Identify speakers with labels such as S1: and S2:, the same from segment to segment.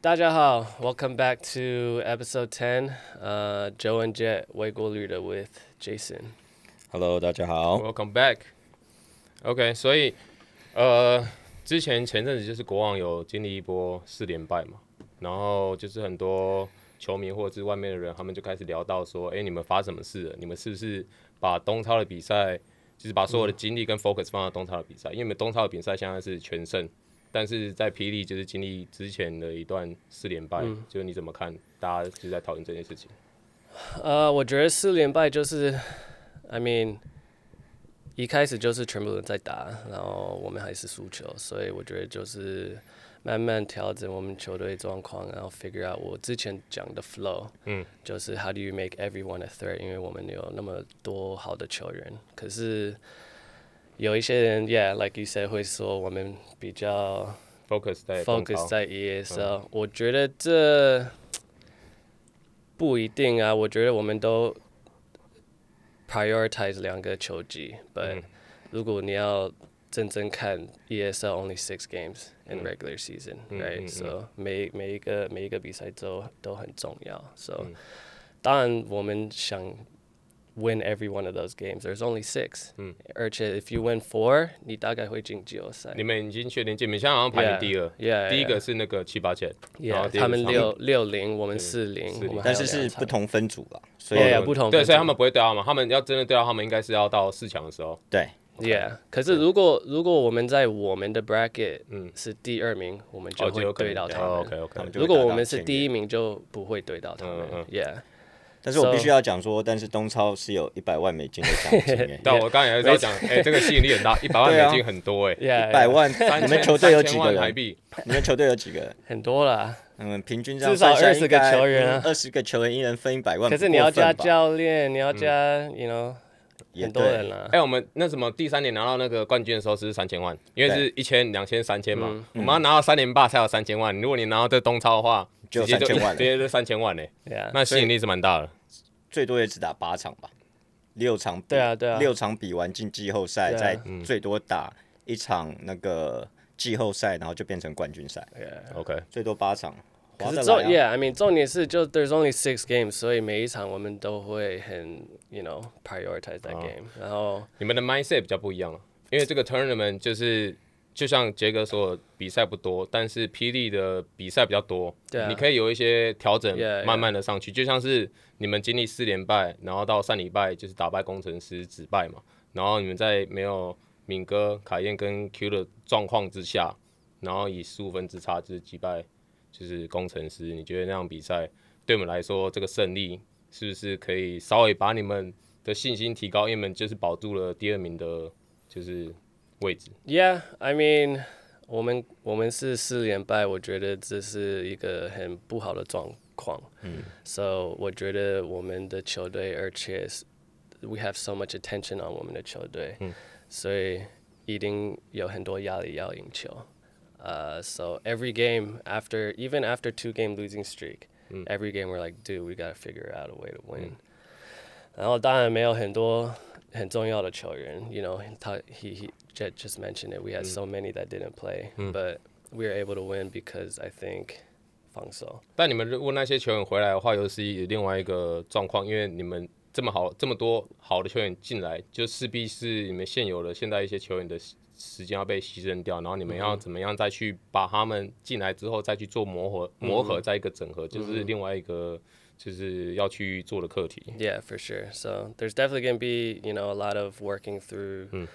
S1: 大家好，Welcome back to episode ten. 呃、Joe and Jet 外国旅的 with Jason。
S2: Hello，大家
S1: Oh.
S2: 好。
S3: Welcome back. OK，所以呃，之前前阵子就是国王有经历一波四连败嘛，然后就是很多球迷或者是外面的人，他们就开始聊到说，哎、你们发生什么事了？你们是不是把东超的比赛，就是把所有的精力跟 focus 放到东超的比赛？因为你们东超的比赛现在是全胜，但是在霹雳就是经历之前的一段四连败，
S1: 嗯
S3: 就是你怎么看？大家就是在讨论这件事情。
S1: 呃，Uh, 我觉得四连败就是，I mean，一开始就是全部人在打，然后我们还是输球，所以我觉得就是慢慢调整我们球队状况，然后 figure out 我之前讲的 flow，嗯，就是 how do you make everyone a threat，因为我们有那么多好的球员，可是有一些人，yeah，like you said，会说我们比较
S3: focus 在东超
S1: focus 在 ESL，、我觉得这不一定啊。我觉得我们都 prioritize 两个球季，but、如果你要认真看 ESL only six games in regular season，right？、so 每每一个每一个比赛都都很重要。So、当然我们想 win every one of those games. There's only six，、而且 if you win four，你大概会进季后赛。
S3: 你们已经确定进，你们现在好像排名第二
S1: Yeah, yeah,
S3: 第一个是那个七八千然后
S1: 哎 Yeah，
S3: 第二个是
S1: 他们六六零，我们四零，我们还
S2: 但
S1: 有
S2: 是是
S1: 两场哦
S2: 不。同分组了，所以
S1: 对 Yeah, 不同
S3: 对，
S1: 分
S3: 所以
S1: 组
S3: 他们不会对到嘛，他们要真的对到，他们应该是要到四强的时候，
S2: 对
S1: Yeah，可是如果如果我们在我们的 bracket
S2: 嗯
S1: 是第二名，我们就
S3: 哦，就有
S1: 会
S3: 可能
S1: 对到他
S3: 哦
S1: 们。
S3: OK，OK，
S2: 他们就
S1: 如
S2: 会
S1: 果
S2: 打
S1: 我
S2: 到
S1: 们是
S2: 前
S1: 第一
S2: 面，
S1: 名，就不会对到他们
S3: 嗯嗯。，
S1: Yeah，
S2: 但是我
S1: so-
S2: 必须要讲说，但是东超是有一百万美金的奖金 诶
S3: 但我刚才也是要讲，哎，这个吸引力很大，一百万
S2: 对啊
S3: 美金很多哎，
S1: Yeah，
S2: 一百万，
S3: 三
S2: 你
S3: 千
S2: 们球队有
S3: 三
S2: 几
S3: 千
S2: 个
S3: 万台
S2: 人？
S3: 币，
S2: 你们球队有几个人？
S1: 很多啦。
S2: 嗯，平均这样
S1: 至少
S2: 算下来
S1: 20
S2: 应该
S1: 个球员啊
S2: 嗯20个球员一人分一百万，
S1: 可是
S2: 不
S1: 你
S2: 过
S1: 要加
S2: 分吧嗯
S1: 教练，你要加，you know，
S2: 也
S1: 很多
S2: 对
S1: 人啦。
S3: 哎，我们那什么第三年拿到那个冠军的时候是三千万，因为是一千、两千、三千嘛，我们要拿到三连霸才有三千万，如果你拿到这东超的话，
S2: 就有
S3: 直接就
S2: 3000万了
S3: 直接就三千万嘞，
S1: Yeah，
S3: 那吸引力是蛮大的，
S2: 最多也只打八场吧，六场比
S1: 对啊对啊
S2: 六场比完进季后赛，
S1: 对啊
S2: 再最多打一场那个季后赛，然后就变成冠军赛，
S3: OK，
S2: 最多八场。
S1: 嗯可是
S2: 划得
S1: 重
S2: 来啊
S1: ，Yeah，I mean，重点是就 There's only six games，所以每一场我们都会很，you know prioritize
S2: 哦
S1: that game，然后。
S3: 你们的 mindset 比较不一样了，因为这个 tournament 就是就像杰哥说，比赛不多，但是霹雳的比赛比较多，
S1: 对啊
S3: 你可以有一些调整
S1: Yeah, yeah
S3: 慢慢的上去就像是你们经历四连败，然后到上礼拜就是打败工程师止败嘛，然后你们在没有敏哥、凯燕跟 Q 的状况之下，然后以十五分之差就是击败就是工程师，你觉得那样比赛对我们来说这个胜利是不是可以稍微把你们的信心提高？因为你们就是保住了第二名的，就是位置。
S1: Yeah, I mean，我们我们是四连败，我觉得这是一个很不好的状况。嗯，So 我觉得我们的球队，而且是 we have so much attention on 我们的球队，嗯，所以一定有很多压力要赢球。Uh, so every game after, even after two game losing streak, every game we're like, dude, we gotta figure out a way to win. 然后当然没有很多很重要的球员，you know，他 he he Jet just mentioned it. We had so many that didn't play,
S3: Mm。
S1: but we were able to win because I think 防守。
S3: 但你们如果那些球员回来的话，又是有另外一个状况，因为你们这么好这么多好的球员进来，就势必是你们现有的现在一些球员的时时间要被牺牲掉，然后你们要怎么样再去把他们进来之后再去做磨合，磨合再一个整合，就是另外一个就是要去做的课题。
S1: Yeah, for sure. So there's definitely gonna be you know a lot of working through
S3: Mm。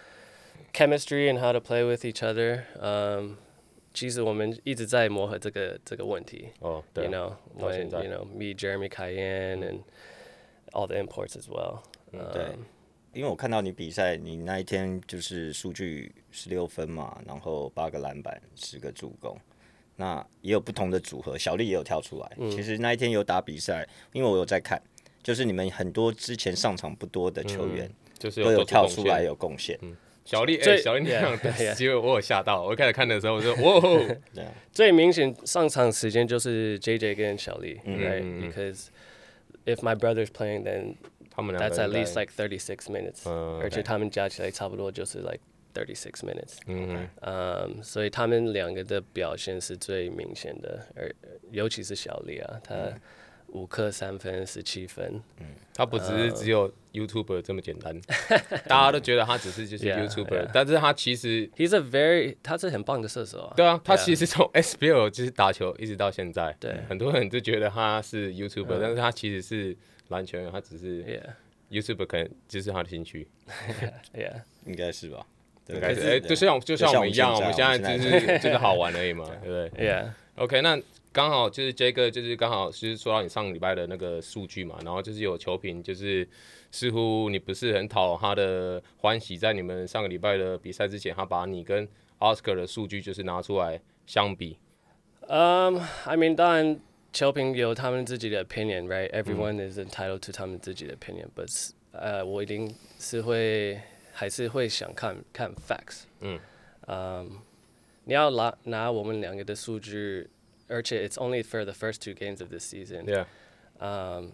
S1: chemistry and how to play with each other. Um, 其实我们一直在磨合这个这个问题。
S3: 哦，对
S1: you
S3: 啊，
S1: know,
S3: 到
S1: when
S3: 现在 Mm。
S1: you know me, Jeremy Cayenne, and all the imports as well.
S2: 对，呃因为我看到你比赛，你那一天就是数据十六分嘛，然后八个篮板，十个助攻。那也有不同的组合，小丽也有跳出来。
S3: 嗯
S2: 其实那一天有打比赛，因为我有在看，就是你们很多之前上场不多的球员
S3: 就是
S2: 都有
S3: 嗯
S2: 跳
S3: 做出贡
S2: 出
S3: 献
S2: 来有贡献。
S3: 小丽，哎、
S1: 最
S3: 小丽那
S1: Yeah,
S3: 场的
S1: yeah.
S3: 机会我有吓到，我一开始看的时候我说，哇哦，
S2: 啊
S1: 最明显上场时间就是 JJ 跟小丽、right?
S3: 嗯嗯嗯
S1: Because if my brother's playing, then
S3: 他们两个
S1: that's
S3: 人
S1: at least
S3: 在
S1: like thirty six minutes，、
S3: 嗯
S1: 而且他们加起来差不多就是 like thirty six minutes。
S3: 嗯
S1: 嗯，所以他们两个的表现是最明显的，而尤其是小丽啊，她
S3: 嗯
S1: 五颗三分，十七分，
S3: 他不只是只有 YouTuber 这么简单，大家都觉得他只是就是
S1: Yeah,
S3: YouTuber，
S1: yeah.
S3: 但是他其实
S1: He's a very，他是很棒的射手啊。
S3: 对啊，他其实从 SBL 就是打球一直到现在，
S1: 对
S3: 很多人就觉得他是 YouTuber，、但是他其实是篮球员，他只是
S1: Yeah,
S3: YouTuber 可能就是他的兴趣，
S1: yeah.
S2: 应该是吧？对
S3: 应该是
S2: 对
S3: 哎，就像就像
S2: 就像
S3: 我们一样，
S2: 我
S3: 我
S2: 们
S3: 们
S2: 现在
S3: 现在就
S2: 我们
S3: 是就是好玩而已嘛，对不对
S1: Yeah，
S3: ？OK，那刚好就是 J 哥，就是刚好就是说到你上个礼拜的那个数据嘛，然后就是有球评，就是似乎你不是很讨他的欢喜，在你们上个礼拜的比赛之前，他把你跟 Oscar 的数据就是拿出来相比，
S1: um, I mean，当然，球评有他们自己的 opinion, right? Everyone is entitled to 他们自己的 opinion, but 是呃，我一定是会还是会想看看 facts。
S3: 嗯。
S1: Um, 你要拿拿我们两个的数据，而且 it's only for the first two games of this season.
S3: 对啊，
S1: 嗯，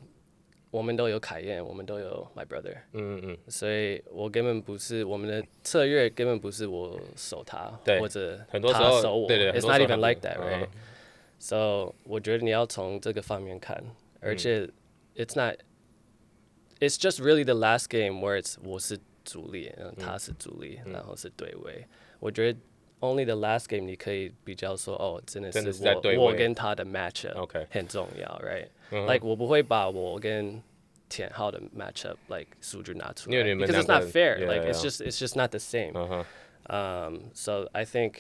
S1: 我们都有凯燕，我们都有 My Brother，
S3: 嗯嗯嗯。
S1: 所以我根本不是我们的策略根本不是我守他，
S3: 对
S1: 或者
S3: 很多时
S1: 他
S3: 候
S1: 守我
S3: 对对很
S1: i t s
S3: 多
S1: not
S3: 时候
S1: even
S3: 他
S1: like that,
S3: 不
S1: right？、
S3: 嗯
S1: So 我觉得你要从这个方面看，而且 it's not, it's just really the last game where it's 我是主力，然后他是主力，然后是对位。我觉得 only the last game 你可以比较说，哦，真的
S3: 真的
S1: 是
S3: 是在对位
S1: 我我跟他的 match up
S3: OK
S1: 很重要，right？
S3: 嗯哼
S1: Like 我不会把我跟田浩的 match up like 数据拿出来
S3: 因为你们
S1: ，because it's
S3: 两
S1: not
S3: 个
S1: fair.
S3: yeah,
S1: Like it's
S3: yeah.
S1: just it's just not the same.
S3: 嗯哼，
S1: Um, so I think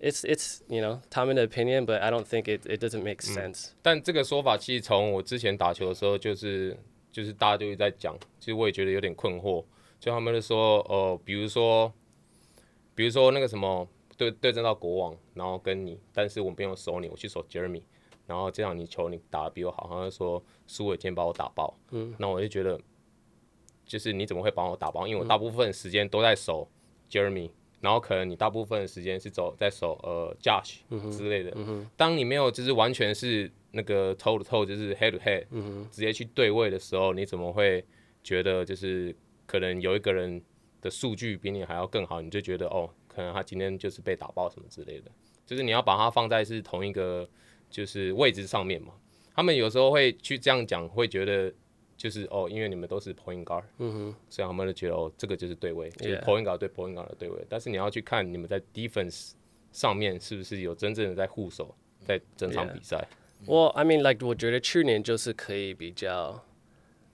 S1: it's it's you know Tom in the opinion, but I don't think it it doesn't make sense.
S3: 但这个说法其实从我之前打球的时候，就是就是大家就一直在讲，其实我也觉得有点困惑。就他们就说，呃，比如说，比如说那个什么对对阵到国王，然后跟你，但是我没有守你，我去守 Jeremy，然后这样你球你打的比我好，他就说苏伟今天把我打爆，嗯，那我就觉得，就是你怎么会把我打爆？因为我大部分时间都在守 Jeremy，、然后可能你大部分时间是走在守呃 Josh 之类的。当你没有就是完全是那个 toe to toe，就是 head to head，、直接去对位的时候，你怎么会觉得就是可能有一个人的数据比你还要更好，你就觉得哦，可能他今天就是被打爆什么之类的。就是你要把它放在是同一个就是位置上面嘛。他们有时候会去这样讲，会觉得就是哦，因为你们都是 point guard，嗯哼，所以他们就觉得哦，这个就是对位，就是
S1: Yeah
S3: point guard 对 point guard 的对位。但是你要去看你们在 defense 上面是不是有真正的在护守，在整场
S1: Yeah
S3: 比赛。
S1: Well, I mean like 我觉得去年就是可以比较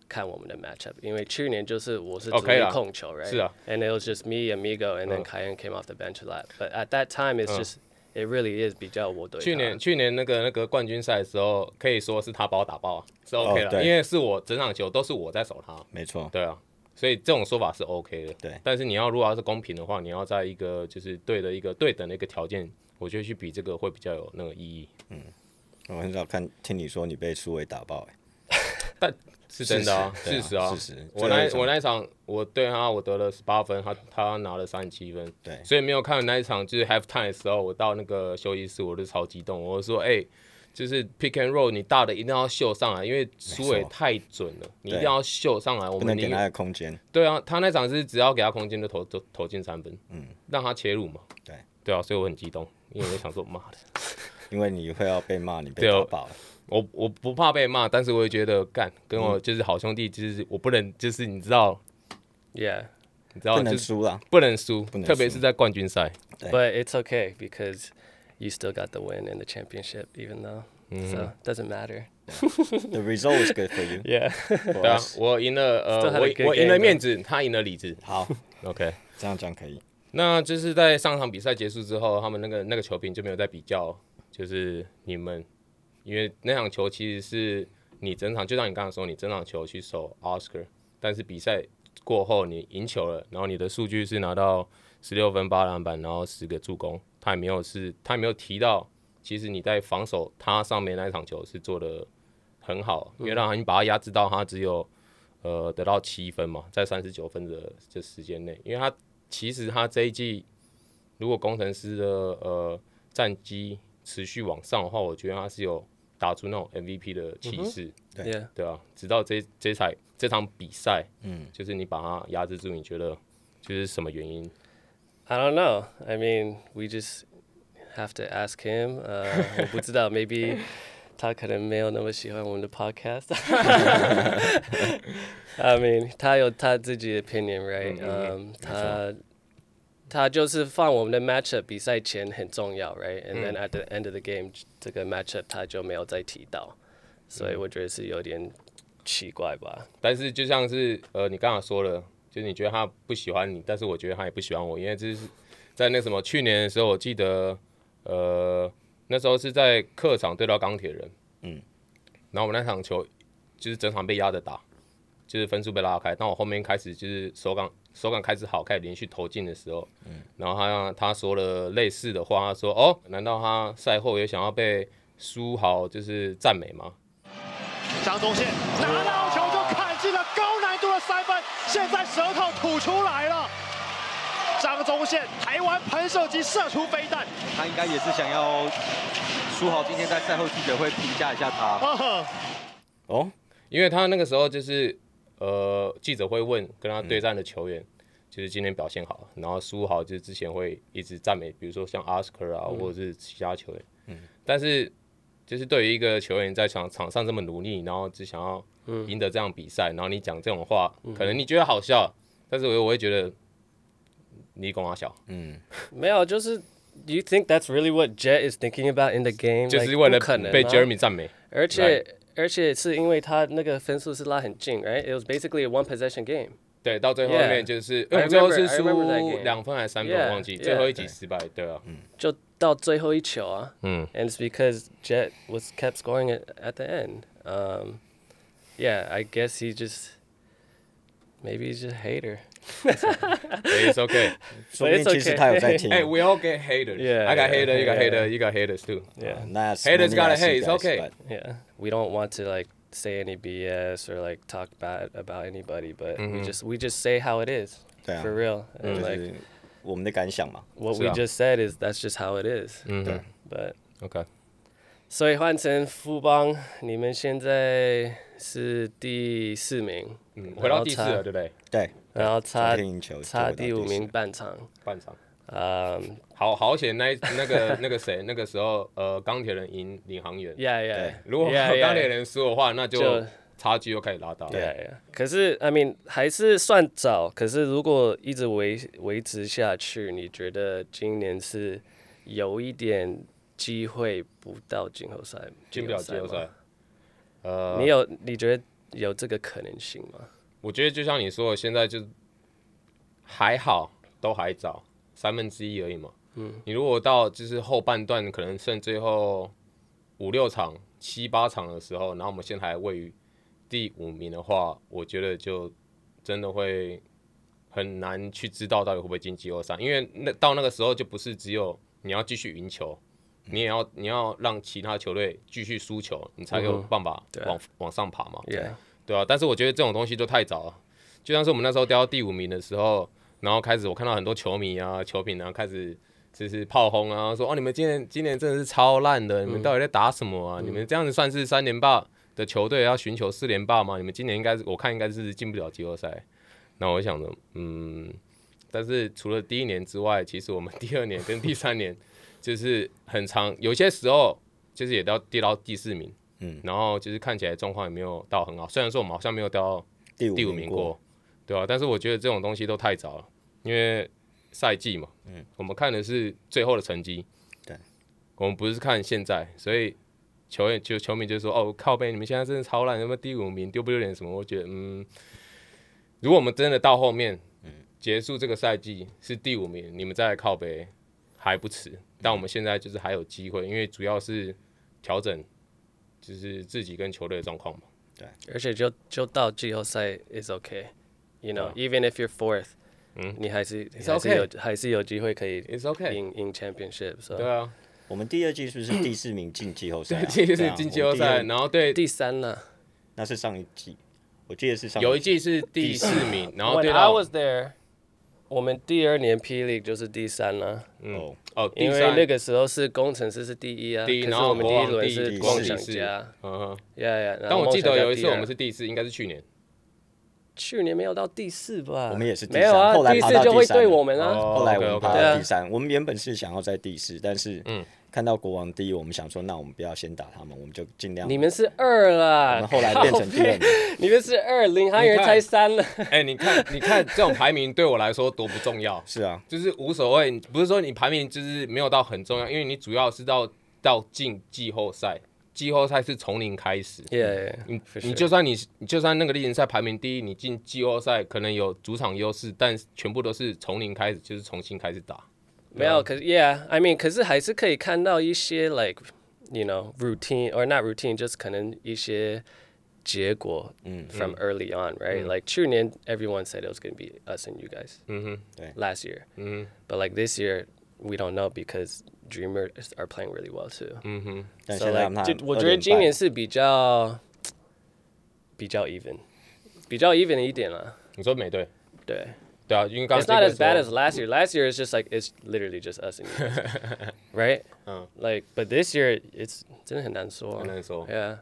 S1: 看我们的 matchup，因为去年就是我是
S3: OK 啦，
S1: 控球，right？
S3: 是啊。
S1: And it was just me, Amigo, and then
S3: 嗯。
S1: Kyan came off the bench a lot. But at that time, it's just it really is 比较我对
S3: 去年去年那个那个冠军赛的时候，可以说是他把我打爆啊，是 OK 了，
S2: 对
S3: 因为是我整场球都是我在守他，
S2: 没错，
S3: 对啊，所以这种说法是 OK 的。
S2: 对
S3: 但是你要如果要是公平的话，你要在一个就是对的一个对等的一个条件，我觉得去比这个会比较有那个意义，
S2: 我很少看听你说你被苏伟打爆，哎，
S3: 是真的啊，
S2: 对
S3: 事实啊，
S2: 事实。
S3: 我
S2: 最后
S3: 那
S2: 一场
S3: 我那一场我对他我得了十八分，他他拿了三十七分，
S2: 对
S3: 所以没有看那一场就是 half time 的时候，我到那个休息室我就超激动，我就说哎、就是 pick and roll 你大的一定要秀上来，因为苏伟
S2: 没错
S3: 太准了，你一
S2: 对
S3: 定要秀上来，我
S2: 不
S3: 们
S2: 能
S3: 宁
S2: 给
S3: 愿
S2: 他的空间，
S3: 对啊，他那场是只要给他空间就投投投进三分，嗯，让他切入嘛。
S2: 对
S3: 对啊，所以我很激动，因为我想说，妈的，
S2: 因为你会要被骂，你被
S3: 对哦
S2: 打爆了，
S3: 我我不怕被骂，但是我也觉得干跟
S2: 嗯
S3: 我就是好兄弟，就是我不能就是你知道
S1: yeah.
S3: 你知道
S2: 不
S3: 就
S2: 能
S3: 是
S2: 输啦。
S3: 不能输，
S2: 能
S3: 特别
S2: 输
S3: 是在冠军赛。
S2: 对
S1: But it's okay because you still got the win and the championship, even though. So it doesn't matter.
S2: The result is good for you.
S1: Yeah.
S2: 对
S3: 对啊，我赢了呃
S1: Still had a
S3: 我
S1: good
S3: 我赢了
S1: game,
S3: 面子，他赢了理智。
S2: 好，
S3: OK，
S2: 这样讲可以。
S3: 那就是在上场比赛结束之后，他们那个那个球评就没有再比较，就是你们，因为那场球其实是你整场，就像你刚才说，你整场球去守 Oscar，但是比赛过后你赢球了，然后你的数据是拿到十六分、八篮板，然后十个助攻，他也没有是，他也没有提到，其实你在防守他上面那一场球是做的很好，因为让他你把他压制到他只有呃得到七分嘛，在三十九分的这时间内，因为他其实他这一季如果工程师的呃战绩持续往上的话，我觉得他是有打出那种 MVP 的气势，
S1: Yeah.
S3: 对啊，直到这这场这场比赛，嗯，就是你把它压制住，你觉得就是什么原因？
S1: I don't know. I mean, we just have to ask him. Uh, 我不知道，maybe 他可能没有那么喜欢我们的 podcast。I mean，他有他自己的 opinion，right？嗯、um,，他他就是放我们的 matchup 比赛前很重要，right？And then at the end of the game，、这个 matchup 他就没有再提到，所以我觉得是有点奇怪吧。
S3: 但是就像是呃，你刚刚说了，就是你觉得他不喜欢你，但是我觉得他也不喜欢我，因为这是呃在那什么去年的时候，我记得呃那时候是在客场对到钢铁人，
S2: 嗯，
S3: 然后我们那场球就是整场被压着打，就是分数被拉开，但我后面开始就是手感手感开始好，开始连续投进的时候，嗯，然后他他说了类似的话，他说哦，难道他赛后也想要被苏豪就是赞美吗？
S4: 张宗宪拿到球就砍进了高难度的三分，现在舌头吐出来了。张宗宪，台湾喷射机射出飞弹，
S5: 他应该也是想要苏豪今天在赛后记者会评价一下他。
S4: 啊，
S2: 哦，
S3: 因为他那个时候就是呃记者会问跟他对战的球员，就是今天表现好，然后苏豪就是之前会一直赞美，比如说像 Oscar 啊，或者是其他球员，嗯，但是就是对于一个球员在场场上这么努力，然后只想要
S1: 嗯
S3: 赢得这样比赛，然后你讲这种话，可能你觉得好笑，但是我我会觉得你拱阿小，
S2: 嗯，
S1: 没有，就是 you think that's really what Jet is thinking about in the game，
S3: 就是
S1: Like，
S3: 为了
S1: 不可能
S3: 被
S1: 啊
S3: Jeremy 赞美，
S1: 而且而且是因为他那个分数是拉很近，right？It was basically a one possession game。
S3: 对，到最后面
S1: Yeah
S3: 就是，因
S1: I
S3: 为最后
S1: remember-
S3: 是
S1: I
S3: 输
S1: remember that game
S3: 两分还是三分，我
S1: Yeah，
S3: 忘记，
S1: yeah
S3: 最后一集失败，对啊，
S1: 就到最后一球啊。
S3: 嗯
S1: And it's because Jet was kept scoring it at the end. Um, yeah, I guess he just maybe he's just a hater.
S3: i t s okay。
S2: 说不定其实他有在听。
S3: Hey, we all get haters.
S1: Yeah,
S3: I
S1: yeah,
S3: got hater, you got
S1: yeah.
S3: hater, you got haters too.
S1: Yeah,
S2: Nah, it's
S3: Haters
S2: mainly
S3: gotta
S2: us, you
S3: hate, it's
S2: guys,
S3: okay.
S2: but-
S1: yeah. We don't want to like say any BS or like talk bad about anybody, but
S3: Mm-hmm.
S1: we just we just say how it is.
S2: Yeah.
S1: For real. And
S2: 就
S1: like
S2: 是我们的感想嘛。
S1: what
S3: So- Mm-hmm.
S1: we just said is that's just how it is.
S3: 嗯
S1: But
S3: ，OK，
S1: 所以换成富邦，你们现在是第四名，
S3: 嗯，回到第四了，对不对？
S2: 对，
S1: 然后差
S2: 昨天赢球
S1: 差
S2: 就回到第
S1: 第五
S2: 四
S1: 名半场，
S3: 半场，
S1: 嗯、
S3: 好好险，那一 那个那个谁，那个时候呃，钢铁人赢领航员。
S1: yeah yeah，
S2: 对
S3: 如果
S1: yeah, yeah,
S3: 钢铁人输的话，那就
S1: 就
S3: 差距又开始拉大。
S1: 对呀，可是 I mean 还是算早，可是如果一直维维持下去，你觉得今年是有一点机会不到季后赛，
S3: 进不了季后
S1: 吗
S3: 赛。。呃，
S1: 你有你觉得有这个可能性吗？
S3: 我觉得就像你说的，现在就还好，都还早，三分之一而已嘛。嗯，你如果到就是后半段，可能剩最后五六场、七八场的时候，然后我们现在还位于第五名的话，我觉得就真的会很难去知道到底会不会进季后赛，因为那到那个时候就不是只有你要继续赢球，你也要你要让其他球队继续输球，你才有
S1: 嗯哼
S3: 办法
S1: 对啊
S3: 往、往上爬嘛。
S1: Yeah，
S3: 对啊，但是我觉得这种东西都太早了。就像是我们那时候掉到第五名的时候，然后开始我看到很多球迷啊、球评啊开始就是炮轰啊，说哦你们今年今年真的是超烂的，你们到底在打什么啊？你们这样子算是三连霸的球队要寻求四连霸吗？你们今年应该是我看应该是进不了季后赛。那我想着，嗯，但是除了第一年之外，其实我们 第二年跟第三年就是很长，有些时候就是也到跌到第四名，嗯，然后就是看起来状况也没有到很好，虽然说我们好像没有掉到
S2: 第五
S3: 第五名
S2: 名
S3: 过，，对啊，但是我觉得这种东西都太早了，因为赛季嘛，嗯，我们看的是最后的成绩，
S2: 对，
S3: 我们不是看现在，所以球员就球迷就说哦靠背，你们现在真的超烂，什么第五名丢不丢脸什么？我觉得嗯，如果我们真的到后面，结束这个赛季是第五名，你们再来靠背还不迟，但我们现在就是还有机会，因为主要是调整就是自己跟球队的状况嘛。
S1: 而且就就到季后赛 is okay. You know, even if you're fourth，
S3: 嗯
S1: 你还是
S3: It's
S1: 还是有
S3: okay
S1: 还是有机会可以
S3: It's okay
S1: 赢赢 championship。
S3: 对
S1: So
S3: 啊，
S2: 我们第二季是不是第四名进季后 赛啊？
S3: 对，
S2: 对
S3: 这就是
S2: 啊
S3: 进季后赛，，
S2: 我们第二
S3: 然后对
S1: 第三呢
S2: 那是上一季，我记得是上
S3: 有一季是第四名，然后
S1: ？When
S3: 对
S1: I
S3: 到
S1: was there，我们第二年 P League 就是第三了，
S5: 嗯
S2: 哦，
S3: 哦第
S1: 因为那
S3: 三，
S1: 个时候是工程师是第一啊，
S3: 第一
S1: 可是
S3: 然后
S1: 我们第
S3: 国
S1: 一
S3: 王
S1: 轮
S3: 第
S1: 是
S2: 一
S1: 梦
S2: 第
S1: 想
S3: 四
S1: 家，
S3: 嗯哼，
S1: 呀呀。然
S3: 但
S1: 后
S3: 我
S1: 梦
S3: 记得
S1: 想家
S3: 有一次
S1: 第二
S3: 我们是第四，应该是去年，
S1: 去年没有到第四吧？
S2: 我们也是第
S1: 没有啊
S2: 三，后，来
S1: 第
S2: 爬
S1: 四
S2: 到
S1: 就
S2: 第
S1: 会
S2: 三
S1: 对
S2: 了
S1: 我们
S3: 哦
S1: 啊。
S2: 哦后来
S5: 哦
S2: 我们
S3: ，OK，OK
S2: 爬
S1: 对啊
S2: 到第三，我们原本是想要在第四，但是
S5: 嗯
S2: 看到国王第一，我们想说，那我们不要先打他们，我们就尽量。
S1: 你们是二
S2: 我
S1: 啦
S2: 们，后来变成第 二名，
S1: 你们是二，领航员
S3: 哦 你看
S1: 才三了。
S3: 哎、你看，你看这种排名对我来说多不重要，
S2: 是啊，
S3: 就是无所谓。不是说你排名就是没有到很重要，因为你主要是到到进季后赛，季后赛是从零开始。
S1: Yeah，
S3: 你
S1: for
S3: 你
S1: sure
S3: 就算你你就算那个例行赛排名第一，你进季后赛可能有主场优势，但全部都是从零开始，就是重新开始打。
S1: 没有，可是 Yeah，I mean，可是还是可以看到一些 like you know routine or not routine，just 可能一些结果。嗯，from early on，right？Like 去年 everyone said it was going to be us and you guys。嗯哼，
S2: 对
S1: Last year。嗯，But like this year we don't know because dreamers are playing really well too。嗯
S2: 但
S1: ，So
S2: 现在
S1: like
S2: 他们
S1: 就我觉得
S2: 2.8
S1: 今年是比较比较 even，比较 even 一点了。
S3: 你说美队？
S1: 对。
S3: 对啊，因为刚
S1: it's
S3: 刚
S1: not as
S3: Jacob
S1: bad
S3: 说
S1: as last year. Last year is just like it's literally just us and you, guys, right? Like, but this year it's 真的很难说，
S3: 很难说
S1: Yeah，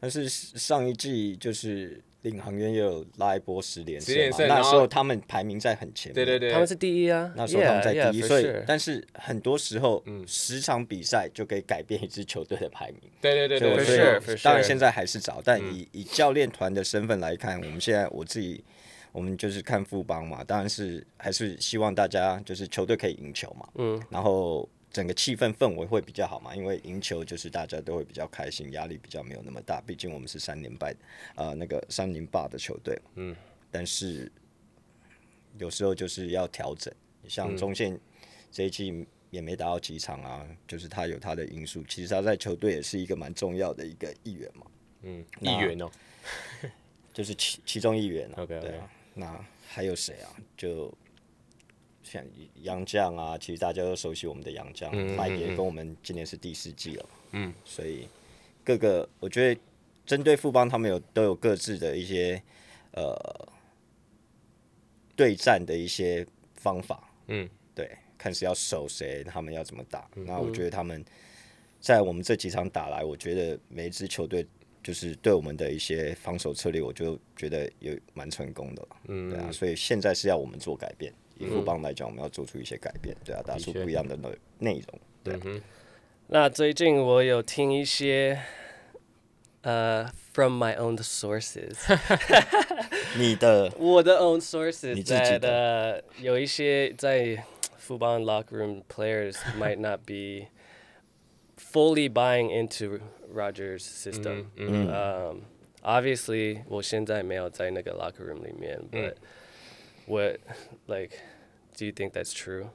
S2: 但是上一季就是领航员也有拉一波十连
S3: 十连
S2: 嘛
S3: 胜
S2: 那
S3: 然后
S2: 时候他们排名在很前面，
S3: 对对对，
S1: 他们是第一啊，
S2: 那时候他们
S1: E Yeah,
S2: 在
S1: yeah,
S2: 第一
S1: for
S2: 所以
S1: sure
S2: 但是很多时候，
S3: 嗯
S2: 十场比赛就可以改变一支球队的排名。
S3: 对对对
S2: 所以我
S3: 对
S1: 是
S2: 觉
S3: 对，嗯
S2: 得
S1: for sure，for
S2: 当然
S1: sure
S2: 现在还是早，但以以教练团的身份来看，我们现在我自己，我们就是看富邦嘛，当然是还是希望大家就是球队可以赢球嘛，嗯，然后整个气氛氛围会比较好嘛，因为赢球就是大家都会比较开心，压力比较没有那么大，毕竟我们是三连败，呃，那个三连霸的球队，嗯，但是有时候就是要调整，
S3: 嗯
S2: 像中线这一季也没打到几场啊，就是他有他的因素。其实他在球队也是一个蛮重要的一个一员嘛，
S3: 议员哦，
S2: 就是其其中一员啊。
S3: OK，OK
S2: 对啊，那还有谁啊？就像杨绛啊，其实大家都熟悉我们的杨绛，来也跟我们今年是第四季了。嗯，所以各个我觉得针对富邦他们有都有各自的一些呃对战的一些方法。
S3: 嗯，
S2: 对，看是要守谁，他们要怎么打。那我觉得他们在我们这几场打来，我觉得每一支球队就是对我们的一些防守策略，我就觉得有蛮成功的了。嗯，对啊，所以现在是要我们做改变。以富邦来讲，我们要做出一些改变，对啊，打出
S3: 的确
S2: 不一样的内内容。啊
S3: 嗯
S1: 那最近我有听一些，呃、f r o m uh, my own sources，
S2: 你的
S1: 我的 own sources
S2: 你自己
S1: 在
S2: 的
S1: 的有一些在富邦 locker room players might not be fully buying into Rogers system.
S2: Mm.
S1: Um, obviously 我现在没有在那个 locker room 里面，but what like do you think that's true?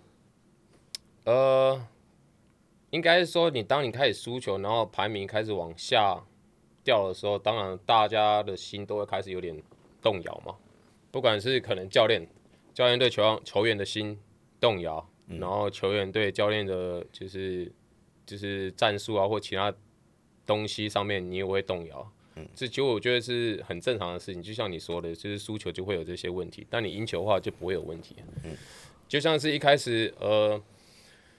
S3: 呃，应该是说你当你开始输球，然后排名开始往下掉的时候，当然大家的心都会开始有点动摇嘛。不管是可能教练，教练对球员球员的心动摇，然后球员对教练的就是就是战术啊或其他东西上面，你也会动摇。这其实我觉得是很正常的事情，就像你说的，就是输球就会有这些问题，但你赢球的话就不会有问题。就像是一开始呃，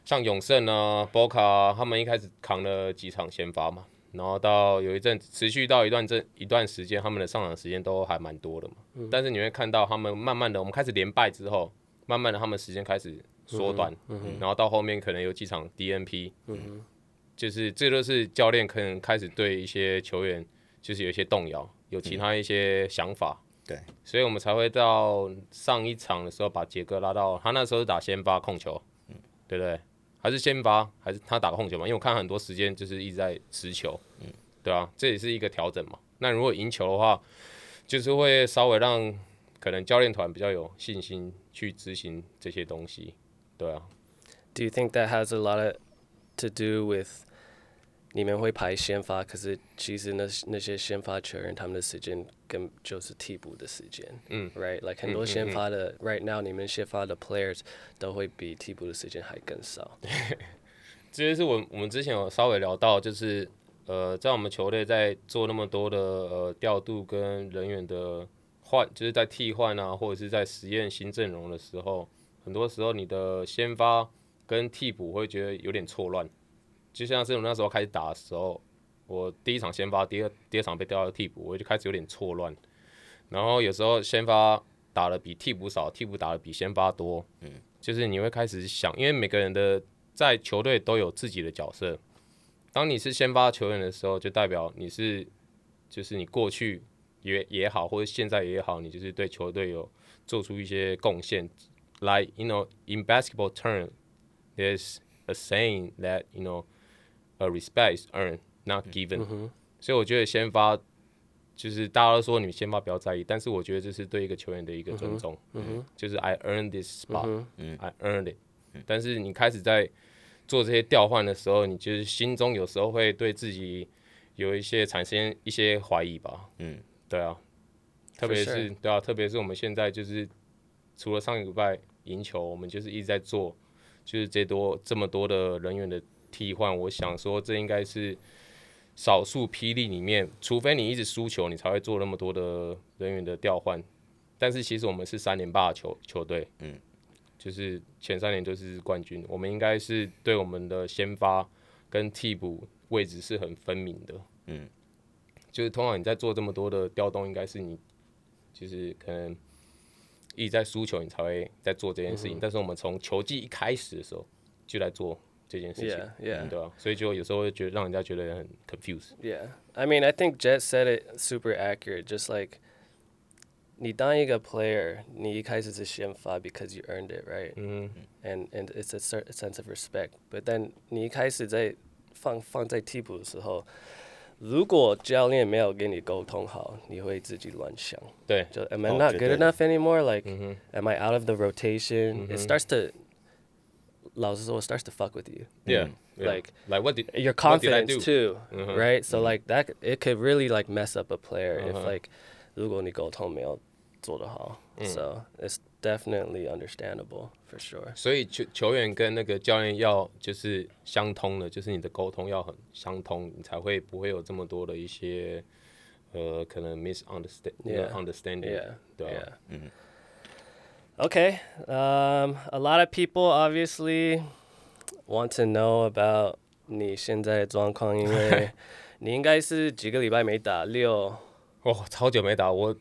S3: 像永胜啊、波卡、啊、他们一开始扛了几场先发嘛，然后到有一阵持续到一段阵一段时间，他们的上场时间都还蛮多的嘛。但是你会看到他们慢慢的，我们开始连败之后，慢慢的他们时间开始缩短，然后到后面可能有几场 DNP，、就是这就是教练可能开始对一些球员就是有一些动摇，有其他一些想法。
S2: 对，
S3: 所以我们才会到上一场的时候把杰哥拉到，他那时候是打先发控球，对不对？还是先发，还是他打控球嘛？因为我看很多时间就是一直在持球，对啊，这也是一个调整嘛。那如果赢球的话，就是会稍微让可能教练团比较有信心去执行这些东西，对啊，
S1: Do you think that has a lot of to do with 你们会排先发，可是其实那那些先发球员他们的时间跟就是替补的时间，嗯，right，like 很多先发的、right now 你们先发的 players 都会比替补的时间还更少，
S3: 这就是我我们之前有稍微聊到，就是呃，在我们球队在做那么多的呃调度跟人员的换，就是在替换啊，或者是在实验新阵容的时候，很多时候你的先发跟替补会觉得有点错乱。就像是我那时候开始打的时候，我第一场先发，第二第二场被调到替补，我就开始有点错乱。然后有时候先发打的比替补少，替补打的比先发多，嗯，就是你会开始想，因为每个人的在球队都有自己的角色。当你是先发球员的时候，就代表你是，就是你过去也也好，或者现在也好，你就是对球队有做出一些贡献。Like you know, in basketball term, there's a saying that you know, a respect is earned, not given. 所以我觉得先发就是大家都说你们先发不要在意，但是我觉得这是对一个球员的一个尊重，就是 I earned this spot, I earned it。但是你开始在做这些调换的时候，你就是心中有时候会对自己有一些产生一些怀疑吧。
S2: 嗯，
S3: 对啊，特别
S1: sure
S3: 是对啊，特别是我们现在就是除了上个礼拜赢球，我们就是一直在做，就是这多这么多的人员的替换，我想说这应该是少数霹雳里面，除非你一直输球，你才会做那么多的人员的调换。但是其实我们是三连霸的球球队，
S2: 嗯，
S3: 就是前三年就是冠军，我们应该是对我们的先发跟替补位置是很分明的，
S2: 嗯，
S3: 就是通常你在做这么多的调动，应该是你就是可能一直在输球，你才会在做这件
S1: 嗯
S3: 事情。但是我们从球季一开始的时候就来做这件事情嗯
S1: Yeah, yeah.
S3: 对吧、啊所以就有时候会觉得让人家觉得很 confused。
S1: Yeah. I mean, I think Jet said it super accurate. Just like, 你当一个 player, 你一开始是先发 because you earned it, right? And and it's a cer- sense of respect. But then 你一开始在放放在替补的时候，如果教练没有跟你沟通好，你会自己乱想。就
S3: 对，
S1: am I
S2: 哦，
S1: not good
S2: 绝对的。
S1: enough anymore? Like, am I out of the rotation? It starts to 老实说 it starts to fuck with you.
S3: yeah, yeah.
S1: 嗯 Like-
S3: like what did
S1: your
S3: what did I do? Mm-hmm.
S1: confidence too, right? So like that, it could really like mess up a player
S3: Uh-huh.
S1: if like, 如果你沟通没有做得好
S3: Mm.
S1: so it's definitely understandable for sure.
S3: 所以球球员跟那个教练要就是相通的，就是你的沟通要很相通，你才会不会有这么多的一些呃可能 misunderstand
S1: Yeah.
S3: understanding，
S1: Yeah,
S3: 对啊吧
S1: yeah. Okay, um, a lot of people obviously want to know about 你现在的状况，因为
S3: 哦，超久没打我，
S1: 你应该是几个礼拜没打六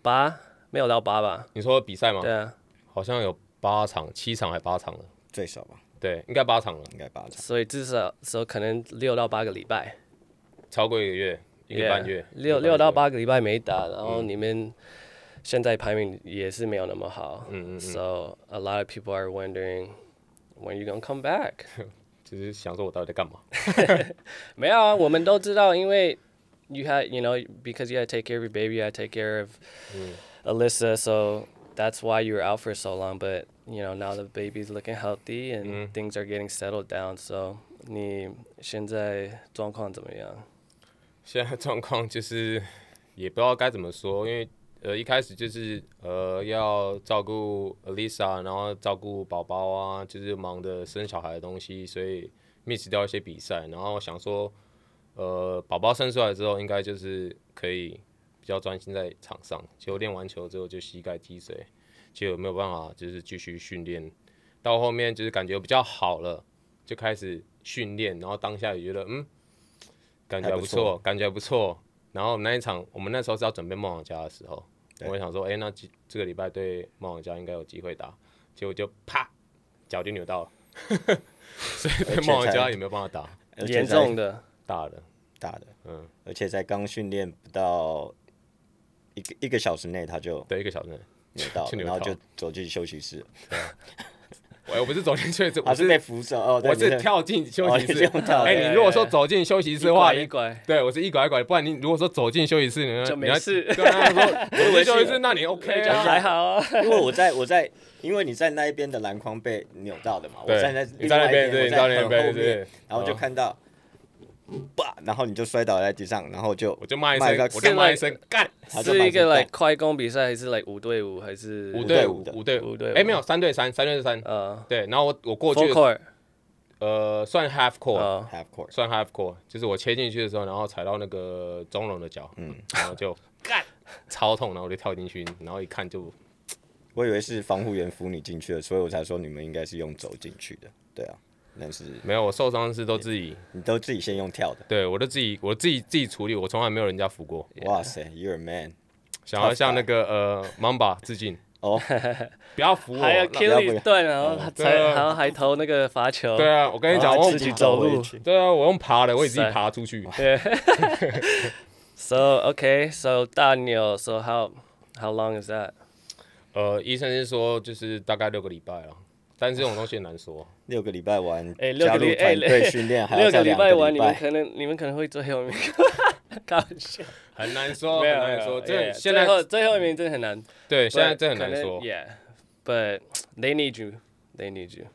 S1: 八，没有到八吧？对啊，
S3: 你说比赛吗？好像有八场、七场还八场了，
S2: 最少吧，
S3: 对，应该八场了，
S2: 应该八场。
S1: 所以至少说可能六到八个礼拜，
S3: 超过一个月，一个
S1: Yeah，
S3: 半月，一
S1: 六
S3: 个半月
S1: 六到八个礼拜没打，然后你们现在排名也是没有那么好。嗯 So a lot of people are wondering when you gonna come back？
S3: 就是想说我到底在干嘛？
S1: 没有啊，我们都知道，因为 you had you know because you had to take care of your baby, you had to take care of Alyssa, so that's why you were out for so long. But you know now the baby's looking healthy and
S3: Mm-hmm.
S1: things are getting settled down. So 你现在状况怎么样？
S3: 现在状况就是也不知道该怎么说，因为呃一开始就是呃要照顾 Alisa，然后照顾宝宝啊，就是忙着生小孩的东西，所以 miss 掉一些比赛，然后想说呃宝宝生出来之后，应该就是可以比较专心在场上。结果练完球之后就膝盖积水，就没有办法就是继续训练，到后面就是感觉比较好了，就开始训练，然后当下也觉得嗯。感觉还不错，感觉还不错。然后那一场，我们那时候是要准备梦想家的时候，我想说，哎、那这这个礼拜对梦想家应该有机会打，结果就啪，脚就扭到 了，所以对梦想家也没有办法打，
S2: 而且
S1: 严
S2: 在
S1: 重的。
S3: 打了，
S2: 大的，
S3: 嗯，
S2: 而且在刚训练不到一个一个小时内，他就
S3: 对，一个小时内。
S2: 扭到了，
S3: 就扭
S2: 然后
S3: 到
S2: 就
S3: 了
S2: 走进休息室，
S3: 我我不是走进去，
S2: 他
S3: 我
S2: 是被扶手哦，对
S3: 我
S2: 你
S3: 是
S2: 是
S3: 跳进休息
S2: 哦你是
S3: 室
S2: 用。跳的
S3: 哎、
S1: 对
S3: 你如果说
S1: 对
S3: 走进休息室的
S1: 一
S3: 话，
S1: 拐一拐
S3: 对我是一拐一拐，不然你如果说走进休息室，你
S1: 就没
S3: 你要
S1: 事
S3: 对啊，说走进休息 室，那你 OK
S1: 就还
S3: 啊？
S1: 好啊。
S2: 因为我在我在，因为你在那一边的篮筐被扭到的嘛，我
S3: 对
S2: 站在
S3: 你
S2: 另
S3: 在那
S2: 外一
S3: 边
S2: 边，
S3: 对
S2: 我
S3: 你在那
S2: 在很
S3: 边
S2: 后
S3: 对对
S2: 面，然后就
S3: 嗯
S2: 看到，吧，然后你就摔倒在地上，然后就
S3: 我就骂一
S2: 麦
S3: 声
S2: 克，斯
S3: 我就骂一声，干！
S2: 他就把
S1: 是一
S2: 这
S1: 个
S2: 个
S1: like 快攻比赛，还是 like 五对五，还是
S3: 五
S2: 对
S3: 对
S2: 五
S3: 五
S2: 的，
S3: 五对
S1: 五对五
S3: 哎，没有，三对三，三对三。
S1: 呃
S3: 对，然后我我过
S1: full
S3: 去，
S1: court
S3: 呃，算 half court，
S1: 呃
S2: half court，
S3: 算 half court，就是我切进去的时候，然后踩到那个中龙的脚，嗯，然后就 干，超痛，然后我就跳进去，然后一看就
S2: 我以为是防护员扶你进去的，所以我才说你们应该是用走进去的，对啊，但是
S3: 没有，我受伤是都自己，
S2: 你都自己先用跳的，
S3: 对我都自己我自己自己处理，我从来没有人家扶过，
S2: 哇塞，you're a man，
S3: 想要向那个呃 Mamba 致敬，
S2: 哦，
S3: 不要扶我，
S1: 还有
S3: 让
S1: Kelly
S2: 不要
S1: 对，然后他才
S3: 对啊
S1: 然后还投那个罚球，
S3: 对啊，我跟你讲，我
S1: 自己走路
S2: 回去
S3: 对啊，我用爬的，我也自己
S1: 塞
S3: 爬出去。
S1: So okay, so Daniel, so how how long is that?
S3: 呃，医生是说就是大概六个礼拜了，但是这种东西很难说。
S2: 六个礼拜完，
S1: 哎，六
S2: 加
S1: 个
S2: 入
S1: 礼哎，
S2: 团队训练，还要再
S1: 礼
S2: 两
S1: 拜完，你
S2: 礼
S1: 们
S2: 拜。
S1: 可能你们可能会最后一名， 开玩笑，
S3: 很难说，
S1: 没
S3: 很
S1: 有
S3: 难说。
S1: 没有
S3: 这
S1: yeah，最
S3: 现在
S1: 后最后一名真的很难，
S3: 对，现在
S1: but
S3: 这很难
S1: 可能
S3: 说。
S1: Yeah, but they need you, they need you.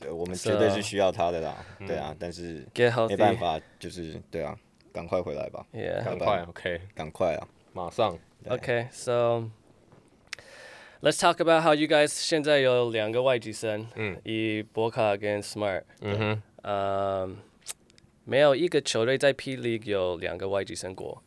S2: 对，我们
S1: 是
S2: 绝对
S1: 啊
S2: 是需要他的啦，对啊，但是
S1: Get
S2: 没办
S1: healthy.
S2: 法，就是对啊，赶快回来吧，
S1: Yeah.
S3: 很快，OK，
S2: 赶快啊！
S3: 马上。
S1: Okay, so let's talk about how you guys 现在有两个外籍生，嗯，以博卡跟 Smart，Um,
S3: 嗯哼，
S1: 嗯，没有一个球队在 P League 有两个外籍生过。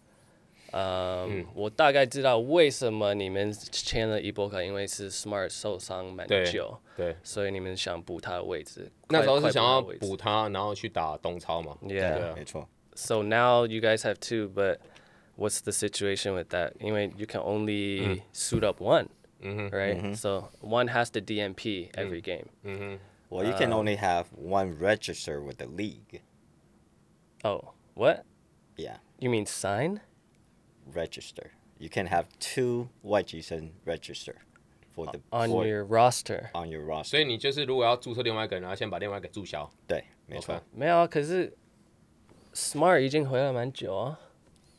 S1: 嗯，我大概知道为什么你们签了伊波卡，因为是 Smart 受伤蛮
S3: 对
S1: 久，
S3: 对，
S1: 所以你们想补他的位置。
S3: 那时候
S1: 快
S3: 是想要，
S1: 快他的
S3: 补
S1: 位置
S3: 他，然后去打东超嘛。
S1: Yeah
S3: 对啊
S2: 没错，
S1: So now you guys have two, but what's the situation with that? 因为 you can only suit up one, right?
S2: Mm-hmm.
S1: So one has to DMP every game.
S2: 我 you
S3: Uh,
S2: can only have one register with the league.
S1: Oh, what?
S2: Yeah,
S1: You mean sign?
S2: register. You can have two YGSN register for the
S1: On
S2: for-
S1: your roster.
S2: on your
S3: 所
S2: roster.
S3: 以你就是如果要注册另外一个人，然后先把另外一个注销。
S2: 对，没错
S3: OK，
S1: 没有啊，可是 Smart 已经回来蛮久啊。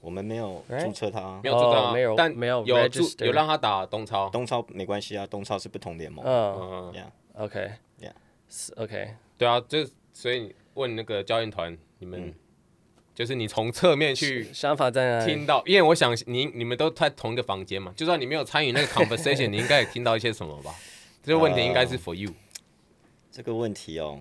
S2: 我们没有
S1: Right？
S2: 注册他啊
S3: 没。有注册啊
S1: 哦没有，
S3: 但
S1: 没有
S3: 有注
S1: register
S3: 有让他打东超。
S2: 东超没关系啊，东超是不同联盟。
S3: Uh，
S1: 嗯
S3: 嗯，
S2: Yeah，
S1: ，OK，
S2: Yeah
S1: 是 OK，
S3: 对啊，这所以问那个教练团，你
S1: 嗯
S3: 们就是你从侧面去
S1: 想法在哪
S3: 听
S1: 里？
S3: 到，因为我想你你们都在同一个房间嘛，就算你没有参与那 个 conversation，你应该也听到一些什么吧？这个问题应该
S1: 哦
S3: 是 for you，
S2: 这个问题哦，